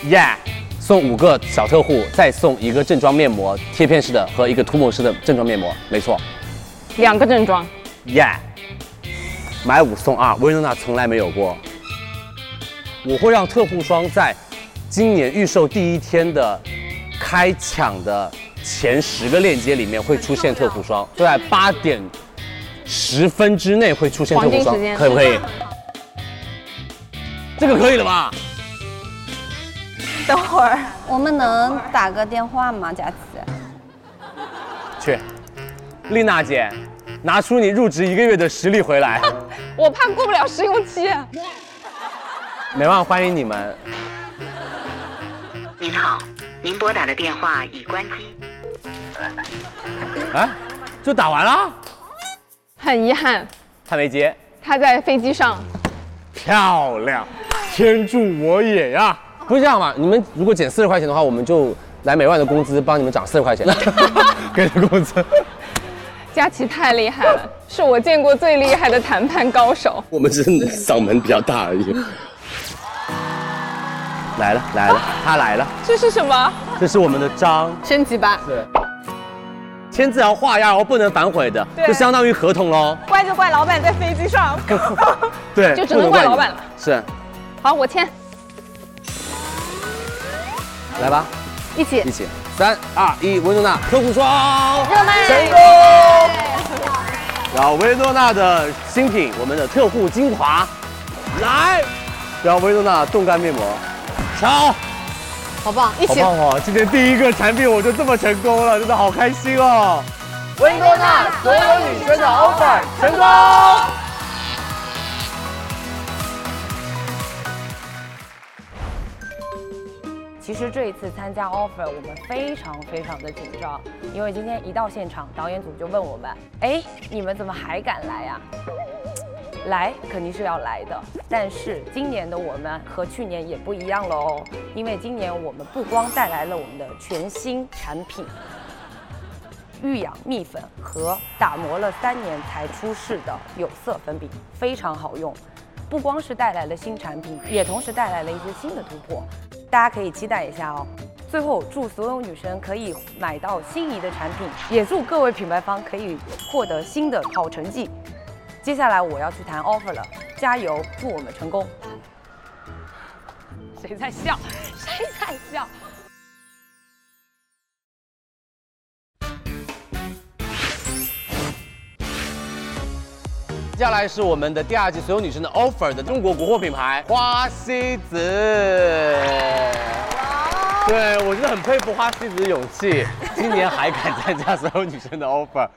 耶、送五个小特护，再送一个正装面膜，贴片式的和一个涂抹式的正装面膜，没错。
两个正装，
耶、买五送二，薇诺娜从来没有过。我会让特护霜在今年预售第一天的开抢的前十个链接里面会出现特护霜，就在八点十分之内会出现特护
黄金
霜
时间，
可不可以？这个可以了吧？
(laughs) 等会儿，我们能打个电话吗，佳琪？
去，丽娜姐，拿出你入职一个月的实力回来。
我怕过不了试用期。
美万欢迎你们，
您好，您拨打的电话已关机。
啊，就打完了，
很遗憾，
他没接。
他在飞机上。
漂亮，天助我也呀！不是这样吧？你们如果减四十块钱的话，我们就
来每万的工资帮你们涨四十块钱，给你工资。
佳琪太厉害了，是我见过最厉害的谈判高手。
(laughs) 我们只是嗓门比较大而已。来了来了，他来了，
这是什么？
这是我们的章，
升级吧。
对。签字要画押哦，不能反悔的，
对
就相当于合同喽。
怪就怪老板在飞机
(laughs)
上。
对，
就只能怪老板了。
是，
好，我签，
来吧，
一起
一起，三二一，维诺娜科普
哦
霜，
热卖
成功。然后维诺娜的新品，我们的特护精华，来，然后维诺娜冻干面膜，瞧，
好棒，一
好
起。
棒哦！今天第一个产品我就这么成功了，真的好开心哦。
温多娜所有女生的 offer
成功。
其实这一次参加 offer，我们非常非常的紧张，因为今天一到现场，导演组就问我们：“哎，你们怎么还敢来呀、来肯定是要来的，但是今年的我们和去年也不一样了哦，因为今年我们不光带来了我们的全新产品玉养蜜粉和打磨了三年才出世的有色粉饼，非常好用。不光是带来了新产品，也同时带来了一些新的突破，大家可以期待一下哦。最后，祝所有女生可以买到心仪的产品，也祝各位品牌方可以获得新的好成绩。接下来我要去谈 offer 了，加油，祝我们成功！
谁在笑？谁在笑？
接下来是我们的第二季所有女生的 offer 的中国国货品牌花西子。对，我真的很佩服花西子的勇气， (laughs) 今年还敢参加所有女生的 offer。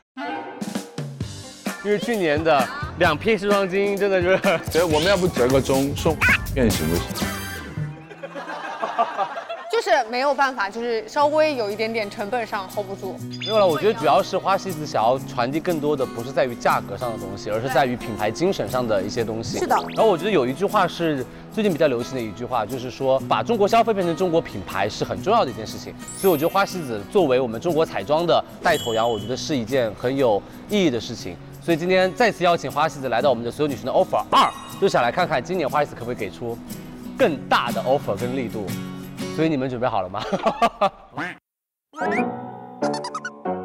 因为去年的两批时装精英真的就是，
所以我们要不折个中送变行不行？
就是没有办法，就是稍微有一点点成本上 hold 不住。
没有了。我觉得主要是花西子想要传递更多的，不是在于价格上的东西，而是在于品牌精神上的一些东西。
是的
然后我觉得有一句话是最近比较流行的一句话，就是说把中国消费变成中国品牌是很重要的一件事情。所以我觉得花西子作为我们中国彩妆的带头羊，我觉得是一件很有意义的事情。所以今天再次邀请花西子来到我们的所有女神的 offer 二，就想来看看今年花西子可不可以给出更大的 offer 跟力度。所以你们准备好了吗？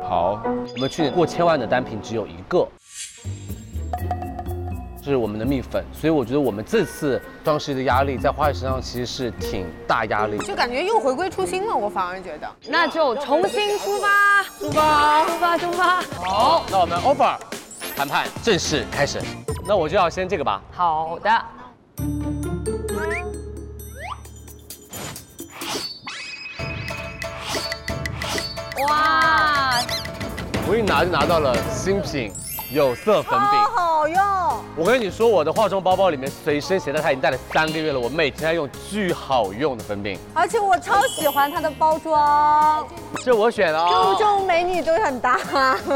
好，
我们去年过千万的单品只有一个，是我们的蜜粉，所以我觉得我们这次双十一的压力在花姐身上其实是挺大压力的。
就感觉又回归初心了，我反而觉得。
那就重新出发，出发，出发，出发。
好，那我们 offer 谈判正式开始，那我就要先这个吧。
好的，
哇，
我一拿就拿到了新品有色粉饼。
哦
好用。
我跟你说，我的化妆包包里面随身携带它已经带了三个月了，我每天在用，巨好用的粉饼。
而且我超喜欢它的包装，
这我选的
中
哦。
中美女都很搭。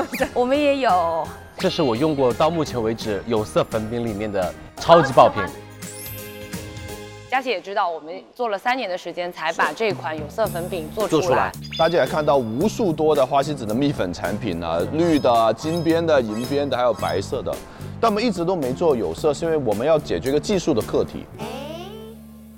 (laughs) 我们也有。
这是我用过到目前为止有色粉饼里面的超级爆品。
佳琪也知道，我们做了三年的时间才把这款有色粉饼做出来。
大家也看到无数多的花西子的蜜粉产品啊，绿的、金边的、银边的，还有白色的。但我们一直都没做有色，是因为我们要解决一个技术的课题。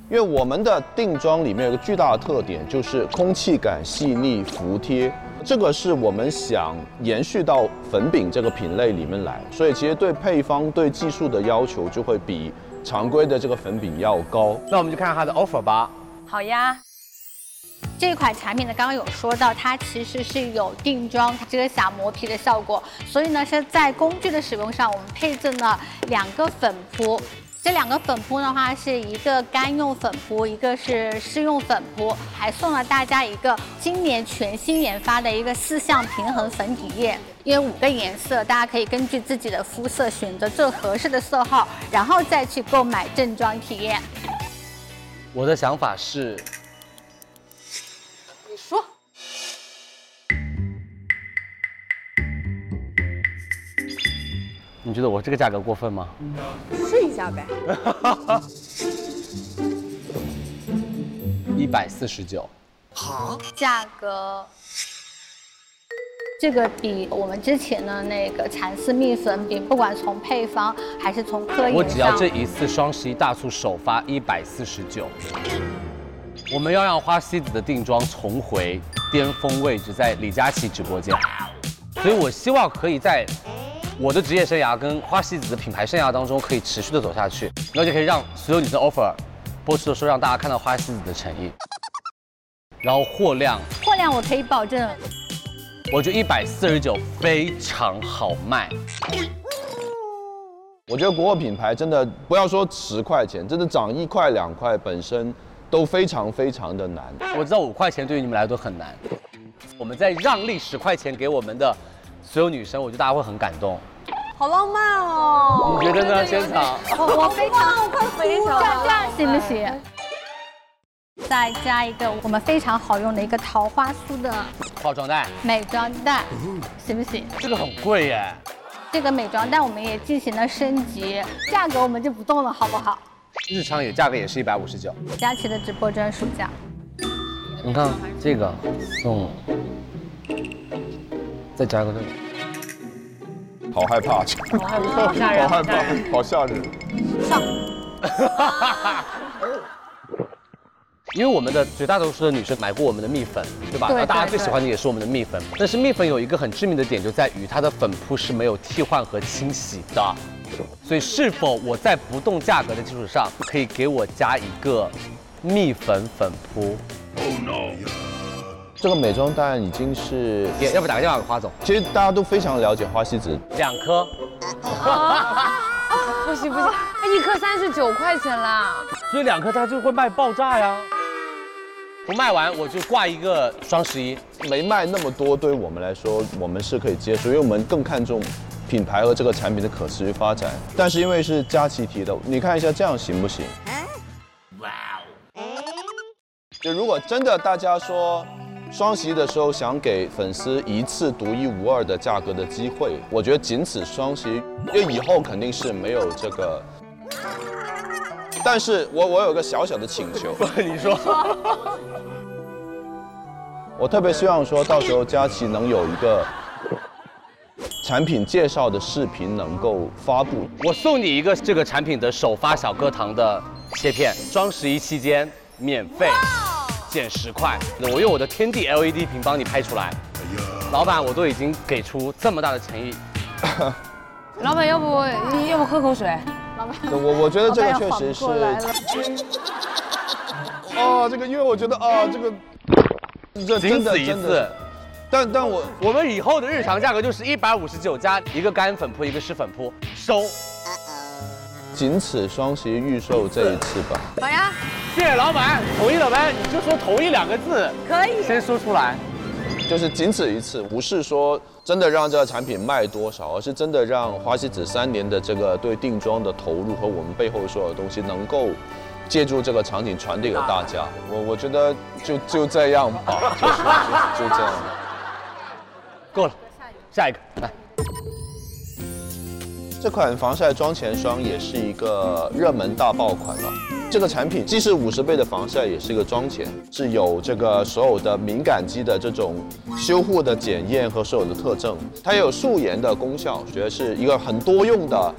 因为我们的定妆里面有个巨大的特点，就是空气感细腻服帖，这个是我们想延续到粉饼这个品类里面来，所以其实对配方、对技术的要求就会比常规的这个粉饼要高。
那我们就看看它的 offer 吧。
好呀。这款产品呢，刚刚有说到，它其实是有定妆、遮瑕、磨皮的效果，所以呢是在工具的使用上，我们配赠了两个粉扑。这两个粉扑的话，是一个干用粉扑，一个是湿用粉扑，还送了大家一个今年全新研发的一个四项平衡粉底液，因为五个颜色，大家可以根据自己的肤色选择最合适的色号，然后再去购买正装体验。
我的想法是，
你说，
你觉得我这个价格过分吗？
试一下呗。 (laughs)
一百四十九，
好，
价格。这个比我们之前的那个蚕丝蜜粉比，不管从配方还是从科研上，
我只要这一次双十一大促首发一百四十九，我们要让花西子的定妆重回巅峰位置，在李佳琦直播间，所以我希望可以在我的职业生涯跟花西子的品牌生涯当中可以持续的走下去，然后就可以让所有女生 offer 播出的时候让大家看到花西子的诚意，然后货量，
货量我可以保证。
我觉得一百四十九非常好卖。
我觉得国货品牌真的不要说十块钱，真的涨一块两块本身都非常非常的难。
我知道五块钱对于你们来说很难，我们再让利十块钱给我们的所有女生，我觉得大家会很感动。
好浪漫哦！
你觉得呢，仙草？
我我非常
快哭了
这样行不行？再加一个我们非常好用的一个桃花酥的
化妆蛋，
美妆蛋，行不行？
这个很贵耶，
这个美妆蛋我们也进行了升级，价格我们就不动了，好不好？
日常也价格也是一百五十九。
佳琦的直播专属价，
你看这个送，再加个这个。
好害怕，
好害怕好吓人
好害
好吓
怕，
人
好吓人。
上，
因为我们的绝大多数的女生买过我们的蜜粉，对吧？
对
那大家
对
最喜欢的也是我们的蜜粉。但是蜜粉有一个很致命的点，就在于它的粉扑是没有替换和清洗的，所以是否我在不动价格的基础上，可以给我加一个蜜粉粉扑？
这个美妆蛋已经是，
要不打个电话给花总？
其实大家都非常了解花西子，
两颗，
(laughs) 不行不行，哎一颗三十九块钱啦。
所以两颗它就会卖爆炸呀。不卖完我就挂一个双十一，
没卖那么多，对于我们来说，我们是可以接受，因为我们更看重品牌和这个产品的可持续发展。但是因为是佳琦提的，你看一下这样行不行？就如果真的大家说双十一的时候想给粉丝一次独一无二的价格的机会，我觉得仅此双十一，因为以后肯定是没有这个。但是我我有个小小的请求，
(laughs) 你说，
我特别希望说到时候佳琦能有一个产品介绍的视频能够发布。
我送你一个这个产品的首发小课堂的切片，双十一期间免费，减十块。我用我的天地 LED 屏帮你拍出来。老板，我都已经给出这么大的诚意，
老板，要不你要不喝口水？
我我觉得这个确实是
老板要缓不过来了
哦，这个因为我觉得啊，这个这
仅
真的
此一
真
次
的。但但我
我们以后的日常价格就是一百五十九加一个干粉扑，一个湿粉扑，收。
仅此双十一预售这一次吧。
好呀，谢谢老板，同意老板你就说同意两个字，
可以
先说出来。
就是仅此一次，不是说真的让这个产品卖多少，而是真的让花西子三年的这个对定妆的投入和我们背后所有的东西能够借助这个场景传递给大家。我我觉得就就这样吧，就是就就这样。
够了，下一个来。
这款防晒妆前霜也是一个热门大爆款了。这个产品既是五十倍的防晒，也是一个妆前，是有这个所有的敏感肌的这种修护的检验和所有的特征，它也有素颜的功效，我觉得是一个很多用的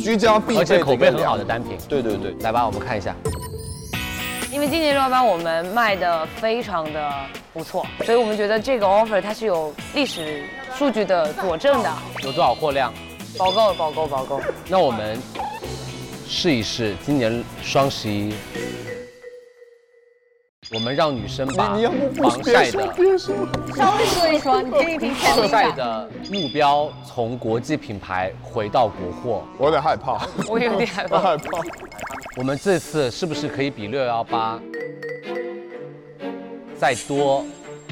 居家必备的
而且口碑很好
的
单品。
对对对，
来吧，我们看一
(laughs)
下。
因为今年六幺八我们卖的非常的不错，所以我们觉得这个 offer 它是有历史数据的佐证的，
有多少货量？
保够保够保够。
那我们试一试今年双十一，我们让女生把
哎你要不
防晒的
别说，
稍微说一说，你听一听前
防
面
晒
吧。
的目标从国际品牌回到国货。
我有点害怕，
我有点害怕
害怕。
我们这次是不是可以比六幺八再多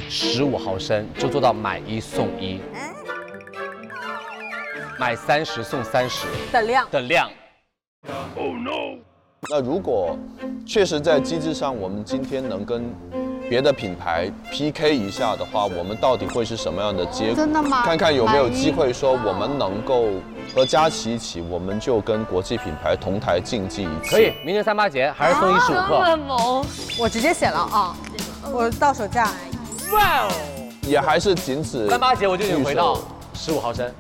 十五毫升，就做到买一送一，买三十送三十
的量
的量？
那如果确实在机制上，我们今天能跟别的品牌 PK 一下的话，我们到底会是什么样的结果？
真的吗
看看有没有机会说我们能够和佳琦一起，我们就跟国际品牌同台竞技一次。
啊
可以，明年三八节还是送一十五克。
萌！我直接写了啊，
我到手价。
哇哦！
也还是仅此。
三八节我就得回到十五毫升。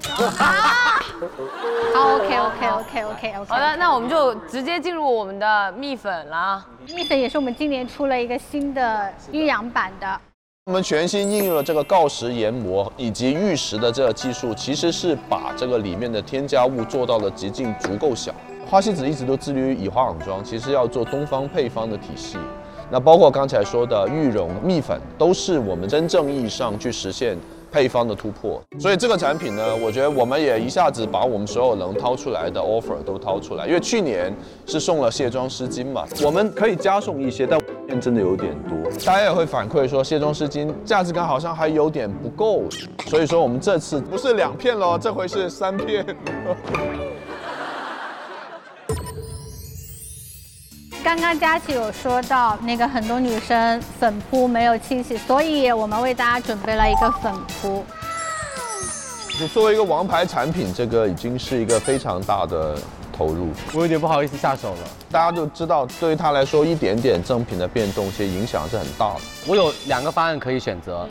好，OK OK OK OK OK。
好的，那我们就直接进入我们的蜜粉了啊。
蜜粉也是我们今年出了一个新的阴阳版的，
我们全新应用了这个锆石研磨以及玉石的这个技术，其实是把这个里面的添加物做到了极尽足够小。花西子一直都致力于以花养妆，其实要做东方配方的体系。那包括刚才说的玉容、蜜粉，都是我们真正意义上去实现配方的突破。所以这个产品呢，我觉得我们也一下子把我们所有能掏出来的 offer 都掏出来，因为去年是送了卸妆湿巾嘛，我们可以加送一些，但真的有点多。大家也会反馈说卸妆湿巾价值感好像还有点不够，所以说我们这次不是两片喽，这回是三片。
刚刚佳琪有说到那个很多女生粉扑没有清洗，所以我们为大家准备了一个粉扑。
就作为一个王牌产品，这个已经是一个非常大的投入。
我有点不好意思下手了。
大家都知道，对于他来说，一点点正品的变动，其实影响是很大的。
我有两个方案可以选择，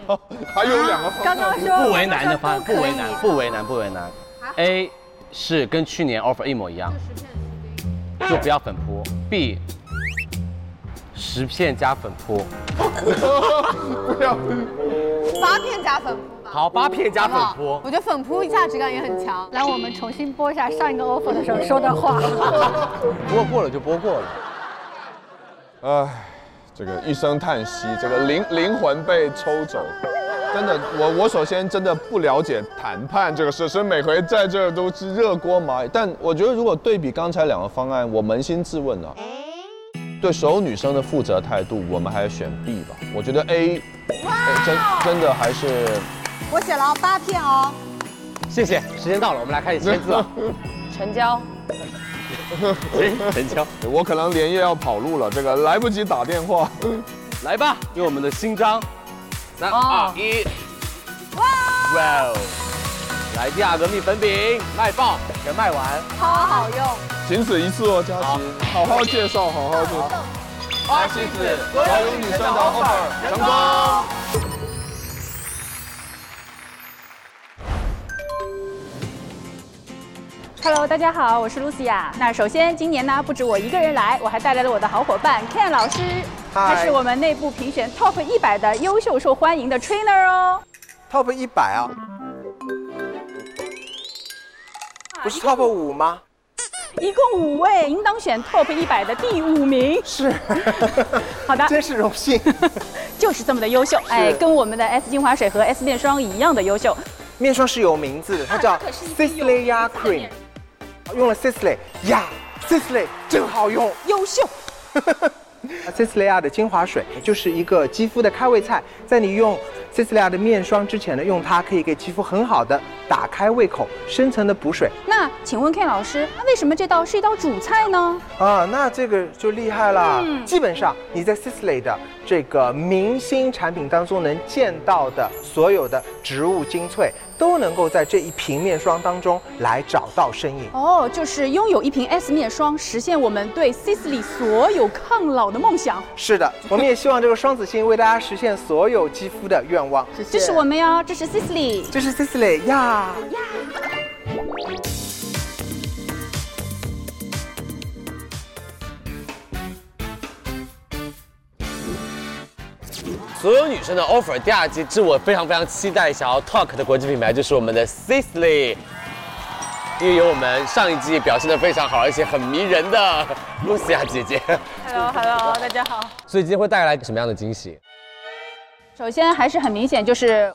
还有两个方
刚
案，
不为难的方案，不为难，不为难，不为难。A 是跟去年 offer 一模一样，就不要粉扑。B 十片加粉
(laughs)
扑，
不要
八片加粉，
好，八片加粉扑。
我觉得粉扑价值感也很强。
来，我们重新播一下上一个 offer 的时候说的
(laughs)
话。
不过过了就播过了。
唉，这个一声叹息，这个灵灵魂被抽走。真的，我我首先真的不了解谈判这个事，所以每回在这儿都是热锅蚂蚁。但我觉得，如果对比刚才两个方案，我扪心自问啊，对所有女生的负责态度，我们还是选 B 吧。我觉得 A，哎真真的还是
我写了八片哦。
谢谢，时间到了，我们来开始签字
(laughs)
吧。
成交。
成交。我可能连夜要跑路了，这个来不及打电话。
来吧，用我们的新章，三二一，哇哦！来第二个蜜粉饼，卖爆，全卖完。
超好用。
仅此一次哦，佳琪，好好介
(laughs)
绍，好好介绍。
花西子，
所有女生的 offer 成功。
Hello，大家好，我是 Lucia。那首先，今年呢，不止我一个人来，我还带来了我的好伙伴 Ken 老师，
嗨
他是我们内部评选 Top 一百的优秀受欢迎的 trainer 哦。
Top 一百啊，不是 Top 五吗？
一共五位，您当选 Top 一百的第五名。
是，
(laughs) 好的，
真是荣幸。
(laughs) 就是这么的优秀，哎，跟我们的 S 精华水和 S 面霜一样的优秀。
面霜是有名字
啊
的，它叫 Sisley Ya Cream，用了 Sisley Ya Sisley 真好用，
优秀。
c i s l e a 的精华水就是一个肌肤的开胃菜，在你用 c i s l e a 的面霜之前呢，用它可以给肌肤很好的打开胃口，深层的补水。
那请问 Ken 老师，那为什么这道是一道主菜呢？
啊，那这个就厉害了。
嗯
基本上你在 Sisley 的这个明星产品当中能见到的所有的植物精粹，都能够在这一瓶面霜当中来找到身影。
哦，就是拥有一瓶 S 面霜，实现我们对 Sisley 所有抗老的梦想。
是的， (laughs) 我们也希望这个双子星为大家实现所有肌肤的愿望。
这是我们哟，这是 Sisley，
这是 Sisley 呀。
所有女生的 offer 第二季，致我非常非常期待想要 talk 的国际品牌就是我们的 Sisley，因为有我们上一季表现的非常好，而且很迷人的露西亚姐姐，
Hello，Hello，大家好。
所以今天会带来什么样的惊喜？
首先还是很明显，就是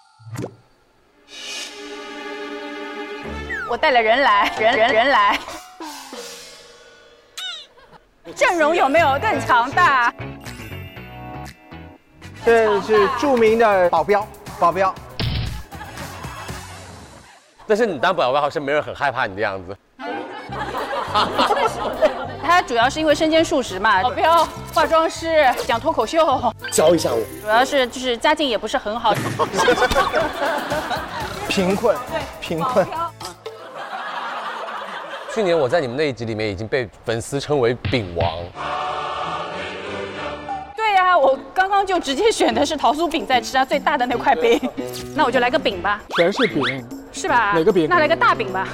我带了人来，人人人来。阵容有没有更强大？
这是著名的保镖，保镖。
但是你当保镖好像没人很害怕你的样子。
他主要是因为身兼数职嘛，保镖、化妆师、讲脱口秀，
教一下我。
主要是就是家境也不是很好。
贫困，贫困。
(laughs) 去年我在你们那一集里面已经被粉丝称为“饼王
对呀、我刚刚刚就直接选的是桃酥饼在吃啊，最大的那块饼。那我就来个饼吧，
全是饼。
是吧？
哪个饼
那来个大饼
(laughs)
吧。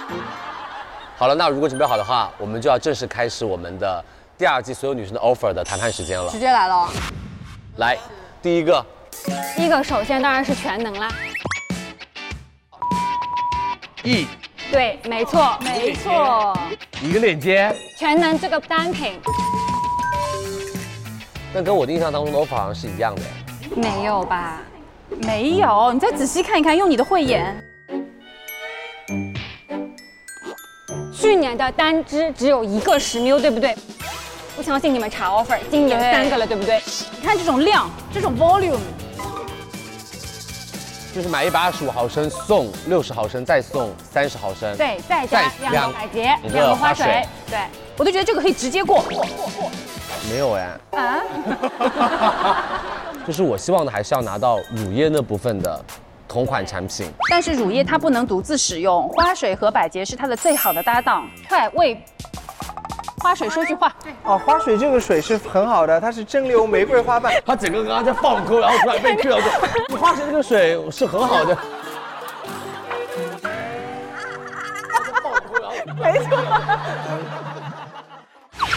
(laughs)
好了，那如果准备好的话，我们就要正式开始我们的第二季所有女生的 offer 的谈判时间了
直。接来了。啊
来，第一个，
第一个首先当然是全能啦，
一
对，没错，没错，
一个链接，
全能这个单品
但跟我的印象当中的 offer 好像是一样的。
没有吧？没有，你再仔细看一看，用你的慧眼。
去年的单支只有一个十 mil，对不对？不相信你们查 offer，今年三个了，对不对？
你看这种量，这种 volume，
就是买一百二十五毫升送六十毫升，再送三十毫升。
对，呃再加两个
两
海杰，
两
两
个
个
花
花
水
水，对
我都觉得这个可以直接过。过过过
没有哎，
啊？
就是我希望的还是要拿到乳液那部分的同款产品。
但是乳液它不能独自使用，花水和百洁是它的最好的搭档。快为花水说句话。
哦，花水这个水是很好的，它是蒸馏玫瑰花瓣。
(laughs) 他整个刚刚在放空，然后突然被 Q 到，
(laughs)
你花生这个水是很好的。
没错。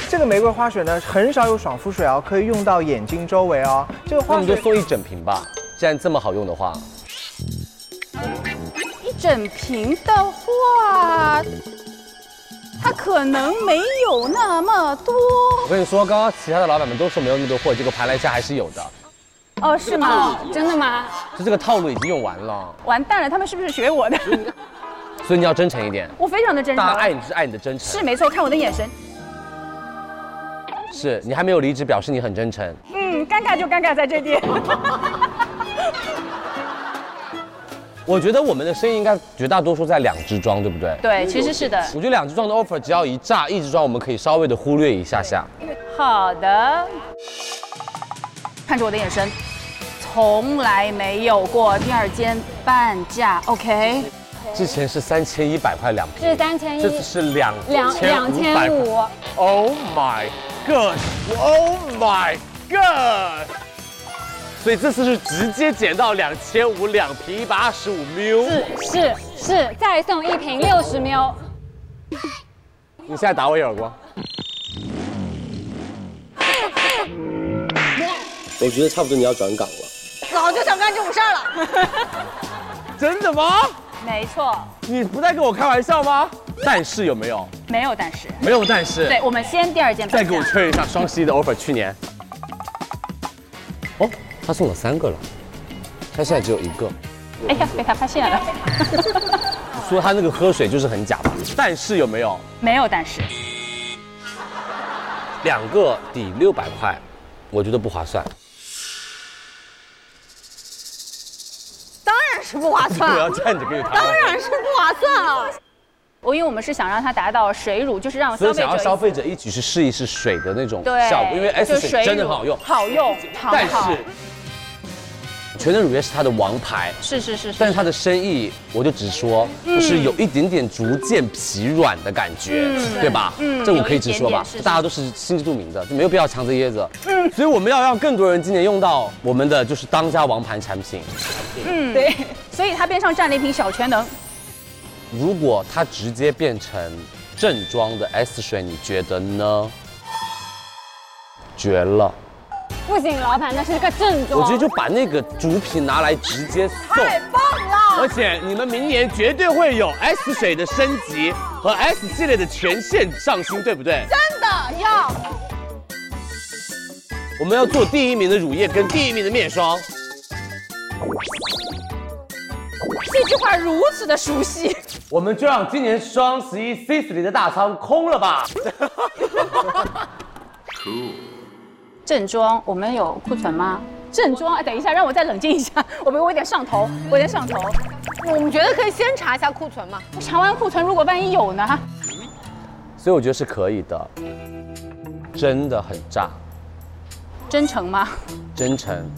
这个玫瑰花水呢，很少有爽肤水哦，可以用到眼睛周围哦。这个
那我
花
们就
水
送一整瓶吧，既然这么好用的话，
一整瓶的话，它可能没有那么多
我跟你说，刚刚其他的老板们都说没有那么多货，结果盘来一下还是有的，
哦，是
啊
吗？
真的吗？
就这个套路已经用完了，
完蛋了，他们是不是学我的？
所以你要真诚一点。
我非常的真
嗯大家爱
诚，
你就是爱你的真诚，啊
是没错，看我的眼神，
是你还没有离职，表示你很真诚。
嗯，尴尬就尴尬在这
(laughs)
边。
我觉得我们的生意应该绝大多数在两支装，对不对？
对其实是的
我觉得两支装的 offer 只要一炸，一支装我们可以稍微的忽略一下下。
好的，看着我的眼神，从来没有过第二间半价，OK？
之前是三千一百块两瓶，
是三千一
这，次是两
两两千
2500
五
块。Oh my god！Oh my god！所以这次是直接减到两千五，两瓶一百二十五 ml。
是是，再送一瓶六十 ml，
你现在打我一耳光。我觉得差不多你要转岗了。
早就想干这种事儿了。
真的吗？
没错，
你不在跟我开玩笑吗？但是有没有？
没有但是。
没有但是。
对，我们先第二件半
再
价。
给我确认一下双十一的 offer，去年。哦，他送了三个了，他现在只有一个。
哎呀，被他发现了。
说他那个喝水就是很假吧？但是有没有
没有但是。
两个抵六百块？我觉得不划算。
当然是不划
我要站着跟你谈。
是不划算了。我因为我们是想让它达到水乳，就是让
所
哦消
以
费
想要
者
消费者一起去试一试水的那种
对
效果，因为 S
就水
水
乳
真的很好用，
好用，好
但
好
是全能乳液是它的王牌，
是是是是
但是它的生意，我就直说，
嗯
就是有一点点逐渐疲软的感觉，
嗯
对吧？
嗯
这我可以直说吧，
有一点点是是
大家都是心知肚明的，就没有必要强着椰子。嗯，所以我们要让更多人今年用到我们的就是当家王牌产品。
嗯对，所以它边上站了一瓶小全能，
如果它直接变成正装的 S 水，你觉得呢？绝了！
不行，老板，那是个正装。
我觉得就把那个主品拿来直接送，
棒了
而且你们明年绝对会有 S 水的升级和 S 系列的全线上新，对不对？
真的要
我们要做第一名的乳液跟第一名的面霜，
这句话如此的熟悉，
我们就让今年双十一 Sisley 的大仓空了吧。
正装我们有库存吗？正装，哎，等一下，让我再冷静一下， (laughs) 我们我有点上头，我有点上头。
我们觉得可以先查一下库存嘛。
查完库存，如果万一有呢？
所以我觉得是可以的，真的很炸，
真诚吗？
真诚。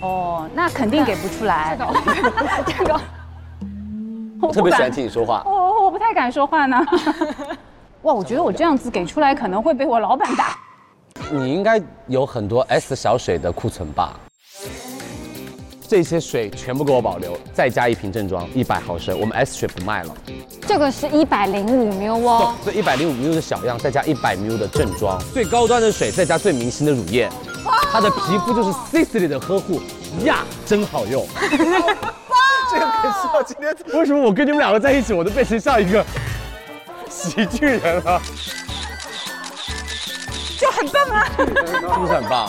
哦，那肯定给不出来。 (laughs) 这个，我哦
特
不
别喜欢
敢，
听你说话，
我我不太敢说话呢。哇，我觉得我这样子给出来可能会被我老板打。
你应该有很多 S 小水的库存吧？这些水全部给我保留，再加一瓶正装，一百毫升，我们 S 水不卖了。
这个是一百零五 ml 哦，
这一百零五 ml 的小样，再加一百 ml 的正装，最高端的水，再加最明星的乳液，它的皮肤就是 Sisley 的呵护呀，真好用。 (laughs)
这个可以笑，今天为什么我跟你们两个在一起，我都变成像一
(laughs)
个喜剧人了？
就很棒啊，
是不是很棒？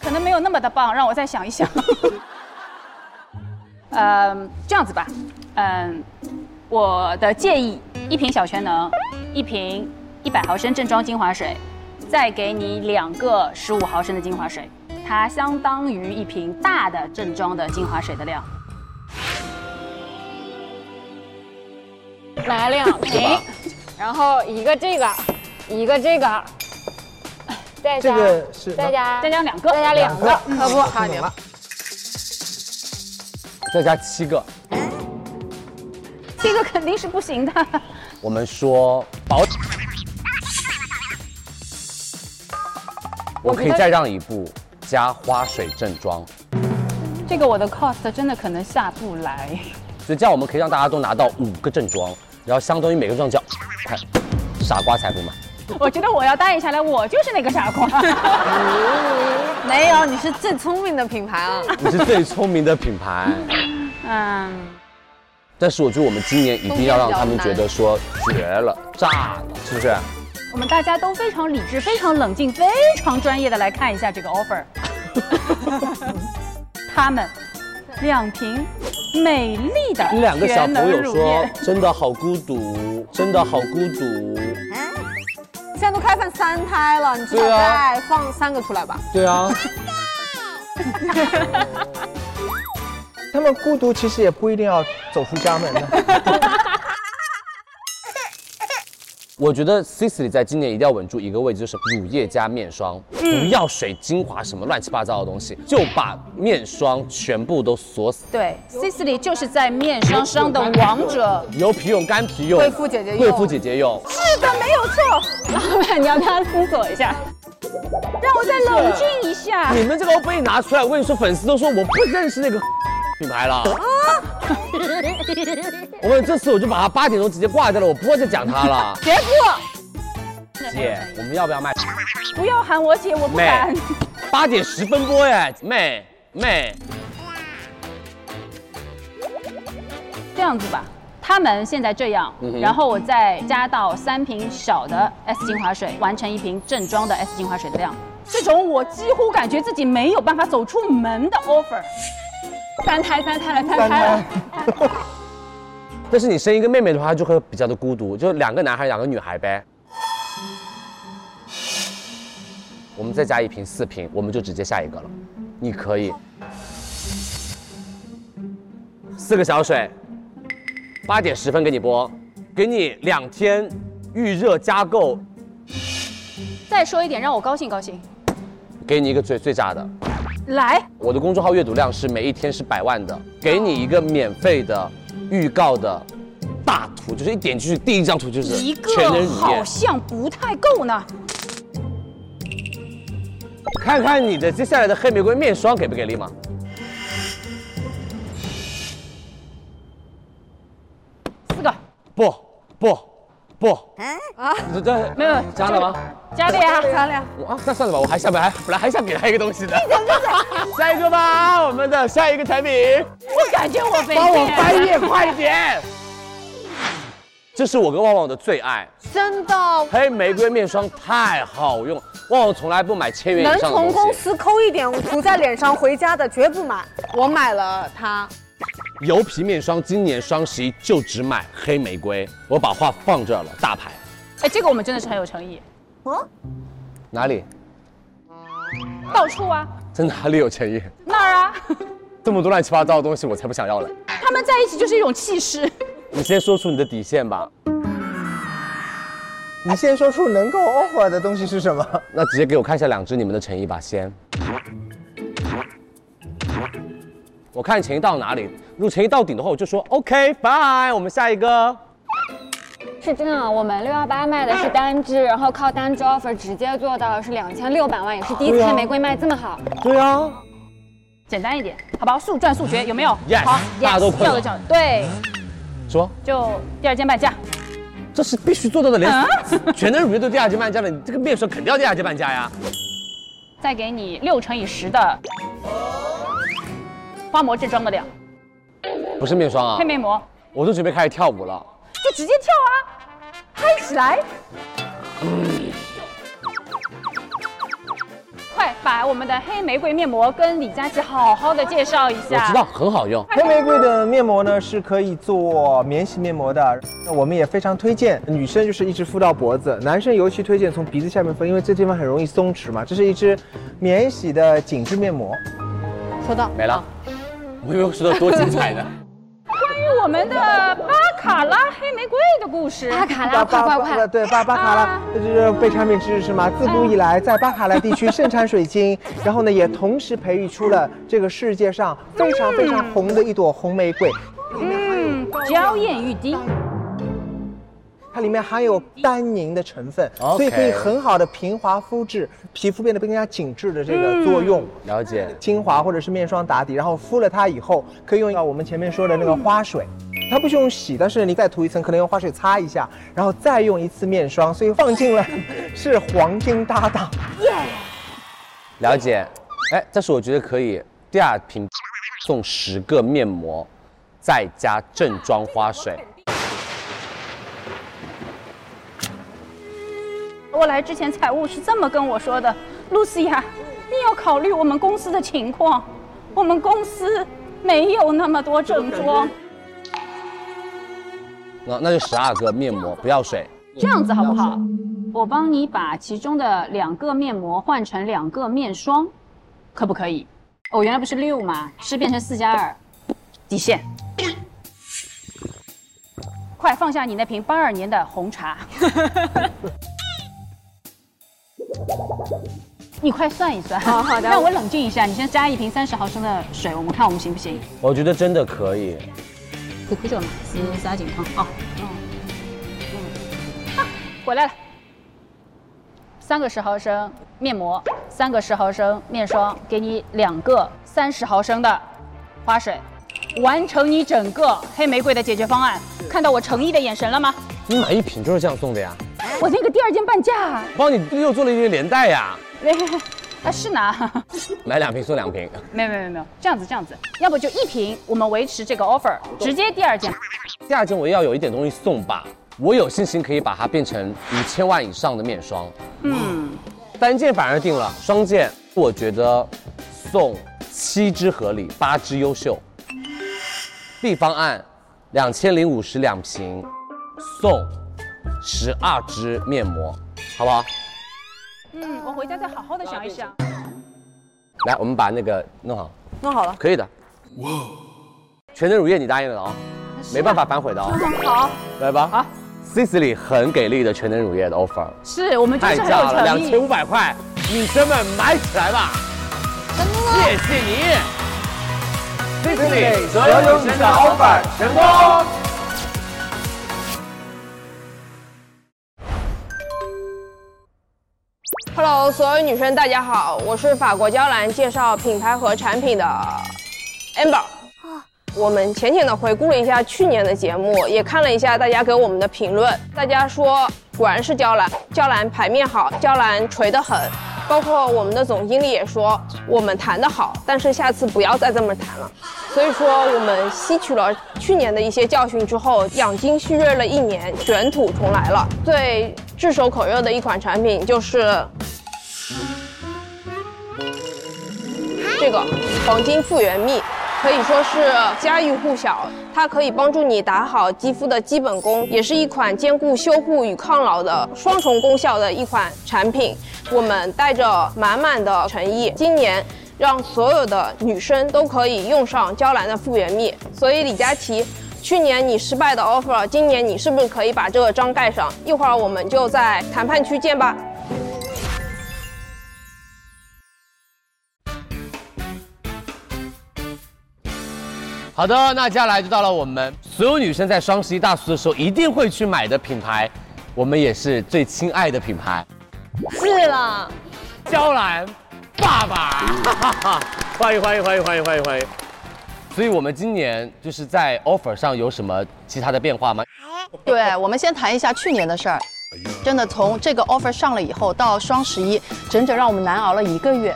可能没有那么的棒，让我再想一 (laughs) 想。嗯，这样子吧，嗯，我的建议，一瓶小全能，一瓶一百毫升正装精华水，再给你两个十五毫升的精华水，它相当于一瓶大的正装的精华水的量。
来两瓶，
(laughs)
然后一个这个，一个这个，再加
这个是
再加
再加两个，啊
再加两个，可
嗯
不，
差点了。
再加七个，
这个肯定是不行的。 (laughs)
我们说保，我可以再让一步，加花水正装，
这个我的 cost 真的可能下不来。 (laughs)
所以这样我们可以让大家都拿到五个正装，然后相当于每个正装叫，看，傻瓜才不买。
我觉得我要答应下来，我就是那个傻瓜。
没有，你是最聪明的品牌啊！
你是最聪明的品牌，
嗯，
但是我觉得我们今年一定要让他们觉得说绝了、炸了，是不是？
我们大家都非常理智、非常冷静、非常专业的来看一下这个 offer。他们两瓶美丽的
两个小朋友
全能乳
说
液，
真的好孤独，真的好孤独。
现在都开放三胎了，你至少
对啊
再放三个出来吧。
对啊，
他们孤独其实也不一定要走出家门的。
我觉得 Sisley 在今年一定要稳住一个位置，就是乳液加面霜，
嗯
不要水精华什么乱七八糟的东西，就把面霜全部都锁死。
对，Sisley 就是在面霜上的王者。
油皮用，干皮用，
贵妇姐姐用
贵妇姐姐用。
是的，没有错。 (laughs) 老板，你要他思索一下，让我再冷静一下。
你们这个 offer 一拿出来，我跟你说，粉丝都说我不认识那个品牌了。
啊。
我问这次我就把它八点钟直接挂掉了，我不会再讲它了
结果
姐，我们要不要卖？
不要喊我姐，我不敢
妹。，八点十分播哎，妹妹，
这样子吧，他们现在这样，
嗯哼
然后我再加到三瓶小的 S 精华水，完成一瓶正装的 S 精华水的量。这种我几乎感觉自己没有办法走出门的 offer，三胎三胎了三胎了，
但是你生一个妹妹的话，她就会比较的孤独，就两个男孩两个女孩呗。我们再加一瓶四瓶，我们就直接下一个了。你可以，四个小水，八点十分给你播，给你两天预热加购，
再说一点让我高兴高兴，
给你一个最最炸的。
来，
我的公众号阅读量是每一天是百万的，给你一个免费的预告的大图，就是一点进去第一张图就是
一个
全能乳
好
液。
像不太够呢。
看看你的接下来的黑玫瑰面霜给不给力吗？
四个，
不不不，
啊，
这这
没有
加了吗？
加了
(laughs)
呀，加了呀。
我啊，那算了吧，我还下面还本来还想给他一个东西的。
下一个吧，我们的下一个产品。
我感觉我被
帮我翻页，
骗了
快点！
这是我跟旺旺的最爱，
真的，
黑玫瑰面霜太好用，旺旺从来不买千元
能
以上的
从
东
公
西。
司抠一点涂在脸上回家的绝不买，我买了它。
油皮面霜今年双十一就只买黑玫瑰，我把话放这儿了，大牌
哎，这个我们真的是很有诚意，嗯，
哪里？
到处啊，
在哪里有诚意？
那儿啊， (laughs)
这么多乱七八糟的东西，我才不想要嘞。
他们在一起就是一种气势。
你先说出你的底线吧，
你先说出能够 offer 的东西是什么？
那直接给我看一下两支你们的诚意吧，先。我看诚意到哪里，如果诚意到顶的话，我就说 OK fine，我们下一个。
是这样，我们六幺八卖的是单支，然后靠单支 offer 直接做到的是两千六百万，也是第一次
对啊
黑玫瑰卖这么好。
对啊，
简单一点，好不好？速战速决，有没有
Yes，
好，
大家都
yes，
困了
要的这样，对，
说，
就第二间半价。
这是必须做到的，连全能乳业都第二阶半价了，你这个面霜肯定要第二阶半价呀。
再给你六乘以十的花膜，这装得了
不是面霜啊
黑，面膜，
我都准备开始跳舞了。
就直接跳啊，嗨起来！快把我们的黑玫瑰面膜跟李佳琦好好的介绍一
(laughs) 我
下。
知道，很好用。
黑玫瑰的面膜呢是可以做免洗面膜的，那我们也非常推荐女生就是一直敷到脖子，男生尤其推荐从鼻子下面敷，因为这地方很容易松弛嘛。这是一支免洗的紧致面膜，
收到。
没了，我以为我说的多精彩呢。
关于我们的巴卡拉黑玫瑰的故事。巴卡
巴巴巴呃对巴巴卡
啊
拉，这就是贝产品知识嘛。自古以来，在巴卡拉地区盛产水晶，然后呢，也同时培育出了这个世界上非常非常红的一朵红玫瑰。
嗯，娇艳欲滴。
它里面含有单宁的成分所以可以很好的平滑肤质，皮肤变得更加紧致的这个作用。
了解。
精华或者是面霜打底，然后敷了它以后，可以用到我们前面说的那个花水。它不是用洗，但是你再涂一层，可能用花水擦一下，然后再用一次面霜，所以放进了 (laughs) 是黄金搭档。
了解。哎，但是我觉得可以第二瓶送十个面膜，再加正装花水。
我来之前，财务是这么跟我说的：“露西亚，你要考虑我们公司的情况，我们公司没有那么多正装。
那那就十二个面膜，不要水。
这样子好不好？我帮你把其中的两个面膜换成两个面霜，可不可以？我、原来不是六嘛，是变成四加二，底线。快放下你那瓶八二年的红茶， (laughs) 你快算一算。
好好的
让我冷静一下。你先加一瓶三十毫升的水，我们看我们行不行？
我觉得真的可以。
苦苦酒嘛，丝撒井旁哦。嗯，回来了。三个十毫升面膜，三个十毫升面霜，给你两个三十毫升的花水，完成你整个黑玫瑰的解决方案。看到我诚意的眼神了吗？
你买一瓶就是这样送的呀？
我那个第二件半价， (laughs)
帮你又做了一个连带呀，
啊是拿。
买两瓶送两瓶。
(laughs) 没有没有没有没有，这样子这样子，要不就一瓶，我们维持这个 offer，直接第二件。
第二件我也要有一点东西送吧，我有信心可以把它变成五千万以上的面霜。
嗯，
单件反而定了，双件我觉得送七支合理，八支优秀。B 方案两千零五十两瓶，送十二支面膜，好不好？
嗯，我回家再好好的想一想。
来，我们把那个弄好，
弄好了。
可以的。哇，全能乳业你答应了啊、
是啊啊
没办法反悔的哦。
好，
来吧。好 c i c i l y 很给力的全能乳业的 offer，
是我们就是
太
很
炸
有
了，
诚
两
意。
千五百块，女生们买起来吧！谢谢你 c i c i l y 所有女生的 offer 成功。
Hello，所有女生大家好，我是法国娇兰介绍品牌和产品的 Amber。我们浅浅的回顾了一下去年的节目，也看了一下大家给我们的评论。大家说果然是娇兰，娇兰牌面好，娇兰锤得很。包括我们的总经理也说我们谈得好，但是下次不要再这么谈了。所以说我们吸取了去年的一些教训之后，养精蓄锐了一年，卷土重来了。最炙手可热的一款产品就是这个黄金复原蜜，可以说是家喻户晓。它可以帮助你打好肌肤的基本功，也是一款兼顾修护与抗老的双重功效的一款产品。我们带着满满的诚意，今年。让所有的女生都可以用上娇兰的复原蜜，所以李佳琦，去年你失败的 offer，今年你是不是可以把这个章盖上？一会儿我们就在谈判区见吧。
好的，那接下来就到了我们所有女生在双十一大促的时候一定会去买的品牌，我们也是最亲爱的品牌，
是了，
娇兰爸爸， (laughs) 欢迎欢迎欢迎欢迎欢迎欢迎。所以我们今年就是在 offer 上有什么其他的变化吗？
对，我们先谈一下去年的事儿。真的，从这个 offer 上了以后到双十一，整整让我们难熬了一个月。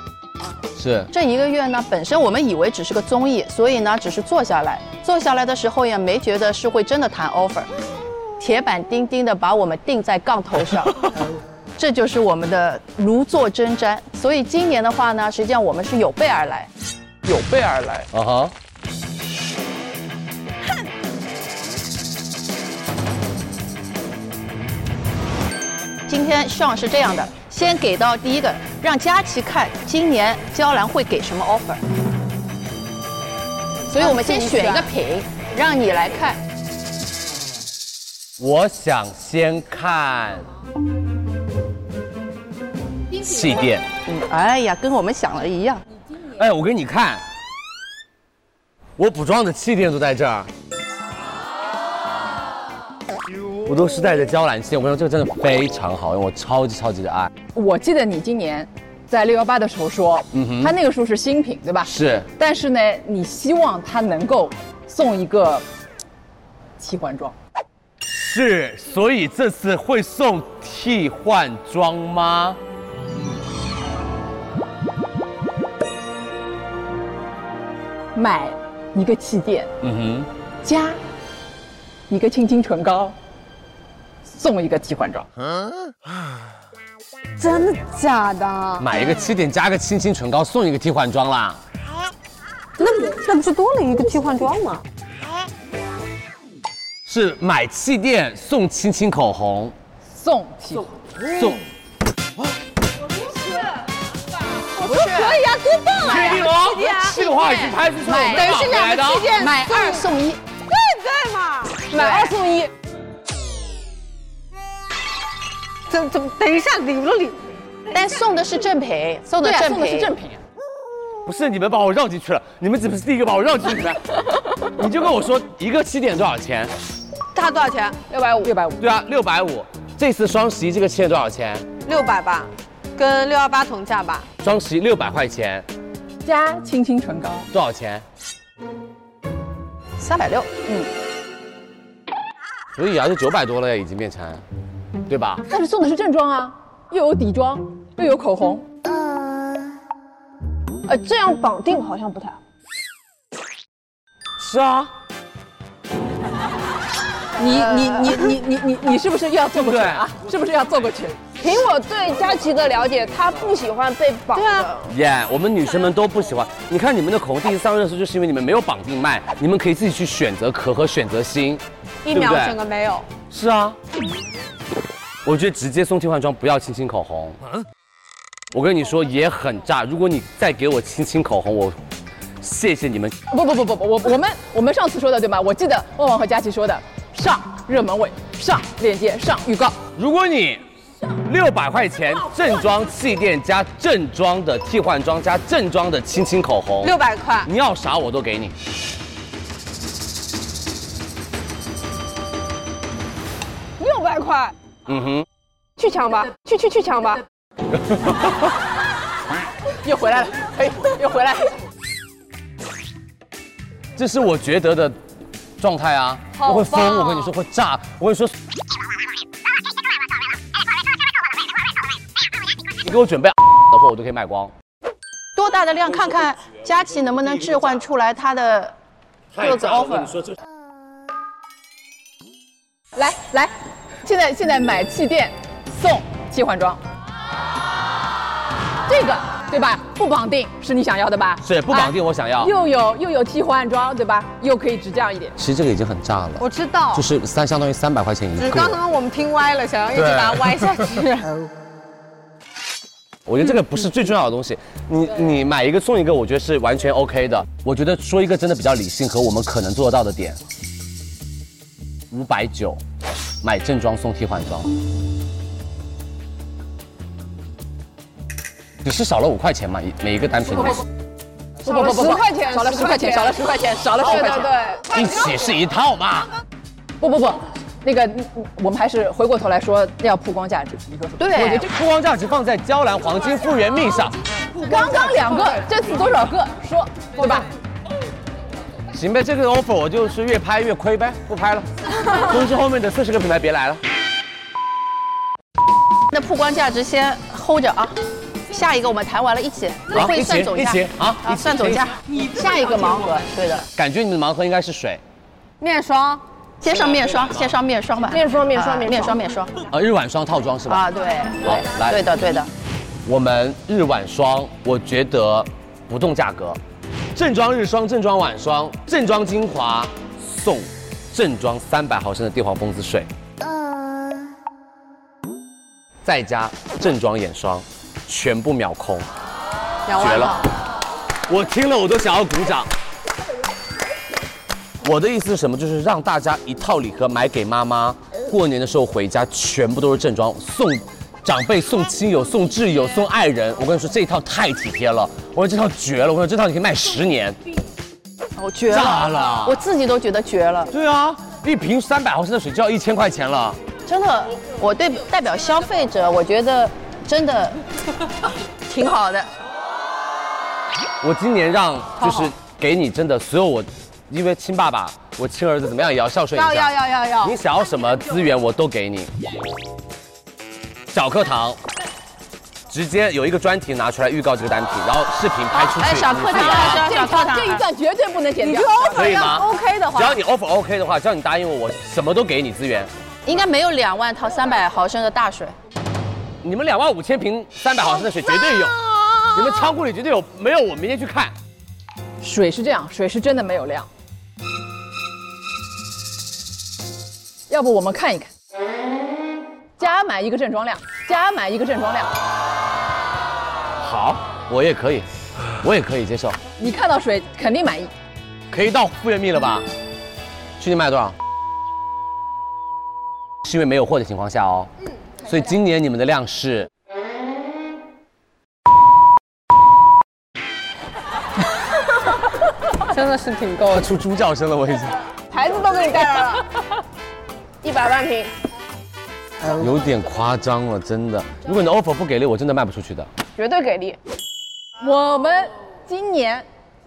是
这一个月呢，本身我们以为只是个综艺，所以呢，只是坐下来。坐下来的时候也没觉得是会真的谈 offer，铁板钉钉的把我们钉在杠头上。 (laughs) 这就是我们的如坐针毡。所以今年的话呢，实际上我们是有备而来。
有备而来。
啊哈，
今天 Sean 是这样的，先给到第一个，让佳琪看今年娇兰会给什么 offer。所以我们先选一个品，让你来看。
我想先看气垫。
嗯，哎呀，跟我们想的一样。
哎，我给你看，我补妆的气垫都在这儿，我都是带着娇兰气垫。我跟你说，这个真的非常好用，我超级超级的爱。
我记得你今年在六幺八的时候说，
嗯哼
它那个时候是新品，对吧？
是
但是呢，你希望它能够送一个替换装。
是，所以这次会送替换装吗？
买一个气垫，
嗯
加一个清清唇膏，送一个替换装。
真的假的？
哼，买一个气垫加个清新唇膏送一个替换装啦。
那那不就多了一个替换装吗？
是买气垫送亲亲口红，
送替
送
啊我不是可以啊，多棒
啊确定哦气垫啊这个话已经拍出去了
买哦
我们
等于是两个
买的
气垫，
买
二送一，
对对嘛，
买二送一。
怎怎么？等一下，理了理。
但送的是正品，送的
对啊
正品，
送的是正品。
不是你们把我绕进去了，你们怎么是第一个把我绕进去的？你就跟我说一个气垫多少钱？
它多少钱？
六百五，六百五。
对啊，六百五。这次双十一这个气垫多少钱？
六百吧，跟六幺八同价吧。
双十一六百块钱，
加清清唇膏，
多少钱？
三百六。
嗯，
所以啊，就九百多了呀，已经变成，对吧？
但是送的是正装啊，又有底妆，又有口红。呃，这样绑定好像不太好。
是啊。
你你
呃
你你你你你是不是又要坐过去啊？是不是要坐过去？
凭我对佳琪的了解，她不喜欢被绑的。
耶、我们女生们都不喜欢。你看你们的口红第一次上热搜，就是因为你们没有绑定卖，你们可以自己去选择壳和选择芯，
一秒
对不对
整个没有。
是啊。我觉得直接送替换装，不要亲亲口红。我跟你说也很炸，如果你再给我亲亲口红，我谢谢你们。
不不不不不，我我们我们上次说的对吧？我记得旺旺和佳琪说的，上热门位，上链接，上预告。
如果你六百块钱正装气垫加正装的替换装加正装的亲亲口红，
600块
你要啥我都给你。
六百块，
嗯哼，
去抢吧，去去去
(laughs)
抢吧。
又回来了，哎，又回来了。
这是我觉得的状态啊，
好
我会疯，
棒
我跟你说会炸，我跟你说。你给我准备 (laughs) 的货，我都可以卖光。
多大的量？看看佳琪能不能置换出来它的各个 offer。
说这
来来，现在现在买气垫送替换装，这个对吧？不绑定是你想要的吧？啊
是不绑定我想
哎
要
又有又有替换装对吧？又可以直降一点。
其实这个已经很炸了，
我知道
就是三相当于三百块钱一
只是
个
刚。刚我们听歪了，想要一直把它歪下去。
(laughs) 我觉得这个不是最重要的东西，你你买一个送一个，我觉得是完全 OK 的。我觉得说一个真的比较理性和我们可能做得到的点，五百九，买正装送替换装，只是少了五块钱嘛，一每一个单品。
不不不不不，少了十块钱，少了十块钱，少了十块钱，
对一起是一套嘛。
不不不，那个我们还是回过头来说，要曝光价值，你说是吧？
我觉得这曝光价值放在娇兰黄金复原命上，
刚刚两个，这次多少个？说对吧？
行呗，这个 offer 我就是越拍越亏呗，不拍了。通知后面的四十个品牌别来了。
那曝光价值先 hold 着啊，下一个我们谈完了一起
好
会
啊一起
算总价
一起好一
啊
起
算总价，下一个盲盒对的，
感觉你们的盲盒应该是水
面霜，先上面霜，先上面霜吧，面霜面霜面霜面霜
啊，日晚霜套装是吧？
啊对
好，来，
对的对的，
我们日晚霜，我觉得不动价格，正装日霜、正装晚霜、正装精华送正装三百毫升的地黄蜂子水，再加正装眼霜，全部秒空，绝了！我听了我都想要鼓掌。我的意思是什么？就是让大家一套礼盒买给妈妈，过年的时候回家全部都是正装，送长辈、送亲友、送挚友、送爱人。我跟你说，这一套太体贴了，我说这套绝了，我说这套你可以卖十年，
我哦绝
炸了
我自己都觉得绝了，
对啊，一瓶三百毫升的水就要一千块钱了。
真的，我对代表消费者，我觉得真的挺好的。
我今年让就是给你真的所有我，因为亲爸爸，我亲儿子怎么样也要孝顺一下。
要要要要要
你想要什么资源我都给你。小课堂，直接有一个专题拿出来预告这个单品，然后视频拍出去。
哎，小课
你自己
堂
拿
啊，这一段这一段绝对不能剪掉。啊
可以吗只要你
o
offer OK 的话，只要你答应我，我什么都给你资源。
应该没有两万套三百毫升的大水。
你们两万五千瓶三百毫升的水绝对有，
啊
你们仓库里绝对有，没有我明天去看。
水是这样，水是真的没有量。要不我们看一看，加买一个正装量，加买一个正装量。
好，我也可以，我也可以接受，
你看到水肯定满意。
可以到复原蜜了吧？去年卖了多少？是因为没有货的情况下哦，
嗯
所以今年你们的量是
(laughs) 真的是挺够
的，出猪叫声了，我已经。
牌子都给你带来了，一百万瓶。
嗯
有点夸张了，真的。如果你的 offer 不给力，我真的卖不出去的。
绝对给力。我们今年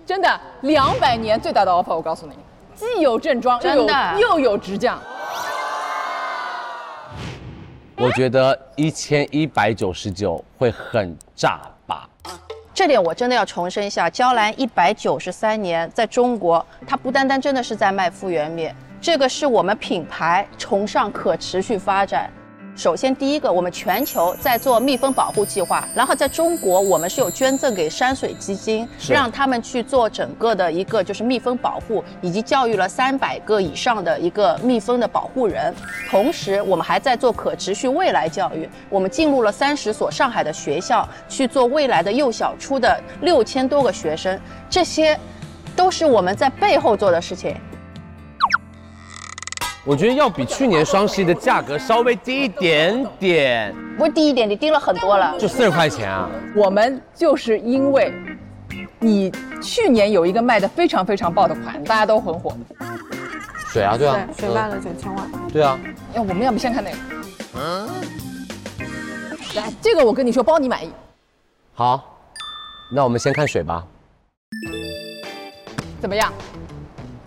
真的两百年最大的 offer，我告诉你，既有正装，又
真
有
的
又有直降。
我觉得一千一百九十九会很炸吧？
这点我真的要重申一下，娇兰一百九十三年在中国，它不单单真的是在卖复原面，这个是我们品牌崇尚可持续发展。首先，第一个，我们全球在做蜜蜂保护计划，然后在中国，我们是有捐赠给山水基金，
是
让他们去做整个的一个就是蜜蜂保护，以及教育了三百个以上的一个蜜蜂的保护人。同时，我们还在做可持续未来教育，我们进入了三十所上海的学校去做未来的幼小初的六千多个学生，这些都是我们在背后做的事情。
我觉得要比去年双十一的价格稍微低一点点，
不是低一点，你低了很多了。
就四十块钱啊。
我们就是因为你去年有一个卖的非常非常爆的款，大家都很火。
水啊，对啊，嗯
了九千万。
对啊，
哎，我们要不先看那个？
嗯
来，这个我跟你说，包你满意。
好，那我们先看水吧。
怎么样？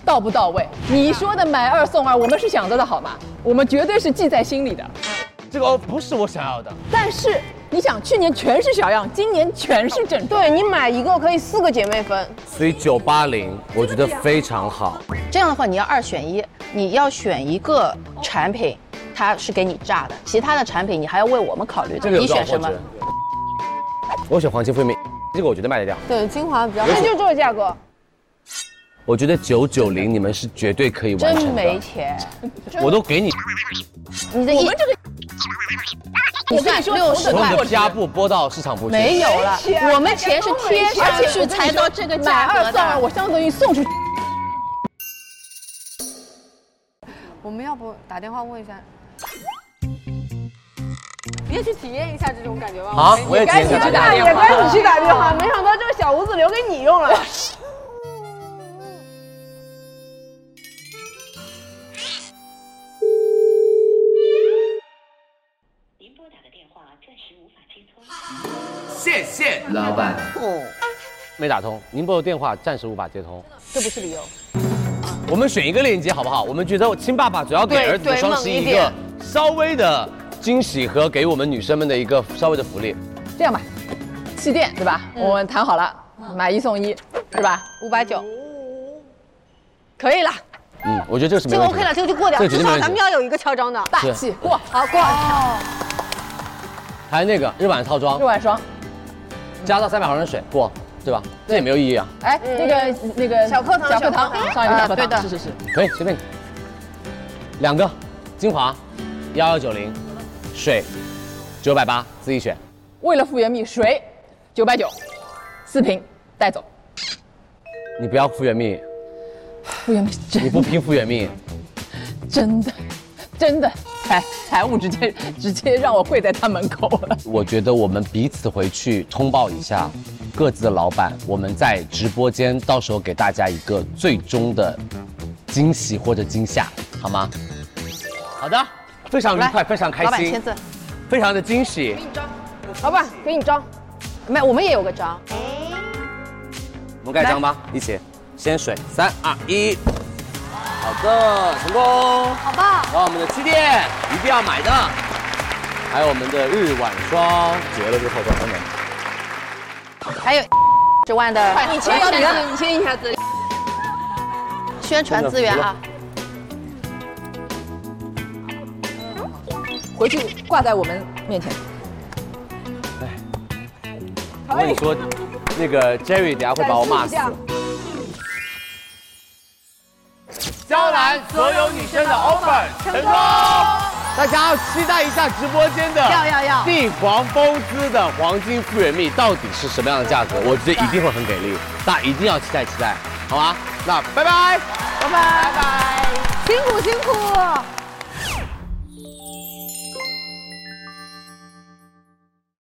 到不到位？你说的买二送二，我们是想着的好吗？我们绝对是记在心里的。
这个哦不是我想要的，
但是你想，去年全是小样，今年全是正。
对你买一个可以四个姐妹分，
所以九八零我觉得非常好。
这样的话，你要二选一，你要选一个产品，它是给你炸的，其他的产品你还要为我们考虑，
这个有
你
多少
选什
货
么？
值？我选黄金复明，这个我觉得卖得掉。
对精华比较
那就
这个价格，
我觉得九九零你们是绝对可以完
真
成的。
没钱，
我都给你，
你的一，你算六十
我
块
们的。家布播到市场部去。
没有啊了
没钱，
我们钱是贴
哎
上去才到这个价
买二
格
送二，
的。
我相当于送出去。
我们要不打电话问一下？你也去体验一下这种感觉吧。
好我也
该
体
你
验一下
去
这
打
个
电话，
也该你去打电话
没想到这个小屋子留给你用了。
谢谢老板。没打通，您拨的电话暂时无法接通。
这不是理由。
我们选一个链接好不好？我们觉得亲爸爸主要给
对
儿子的
对
双十
猛
一
一
一个
点
稍微的惊喜和给我们女生们的一个稍微的福利。
这样吧，气垫对吧？
嗯
我们谈好了，买一送一，是吧？
五百九，可以了，
嗯，我觉得这个是没
这个
问题
OK
的
了，这个就过掉。
这个绝
至
对没
少
问
咱
题
们。要有一个敲章的，
大是啊气
过，好过。
还有那个日晚套装
六，万双。
加到三百毫升水过，对吧？这也没有意义啊，
哎，那个那个
嗯小课堂
小课
小课
堂
堂，
上一个
啊
小课
对
堂，
的
是是是。
可以随便。两个精华，幺幺九零，水，九百八，自己选。
为了复原蜜，水九百九，四瓶带走。
你不要复原蜜，
复原蜜
你不拼复原蜜，
真的真的财财务直接直接让我跪在他门口了。
我觉得我们彼此回去通报一下各自的老板，我们在直播间到时候给大家一个最终的惊喜或者惊吓，好吗？好的，非常愉快，非常
嗯
开
老板
心
签，字，
非常的惊喜。
老板给你章，没，我们也有个章。
我们盖章吧，一起，先水，三二一，好的，成功，好棒，然后我们的气垫一定要买的，还有我们的日晚霜，结了之后再买。
还有十万的
快你签一下
宣
字，
传
你签一下字。
宣传资源啊，
回去挂在我们面前。
哎我跟你说，那个 Jerry 等下会把我骂死。
娇兰所有女生的 offer 成功，
大家要期待一下直播间的
要要要
地黄蜂姿的黄金复原蜜到底是什么样的价格？我觉得一定会很给力，大家一定要期待期待，好吗？那拜拜。
拜拜拜拜，
辛苦辛苦。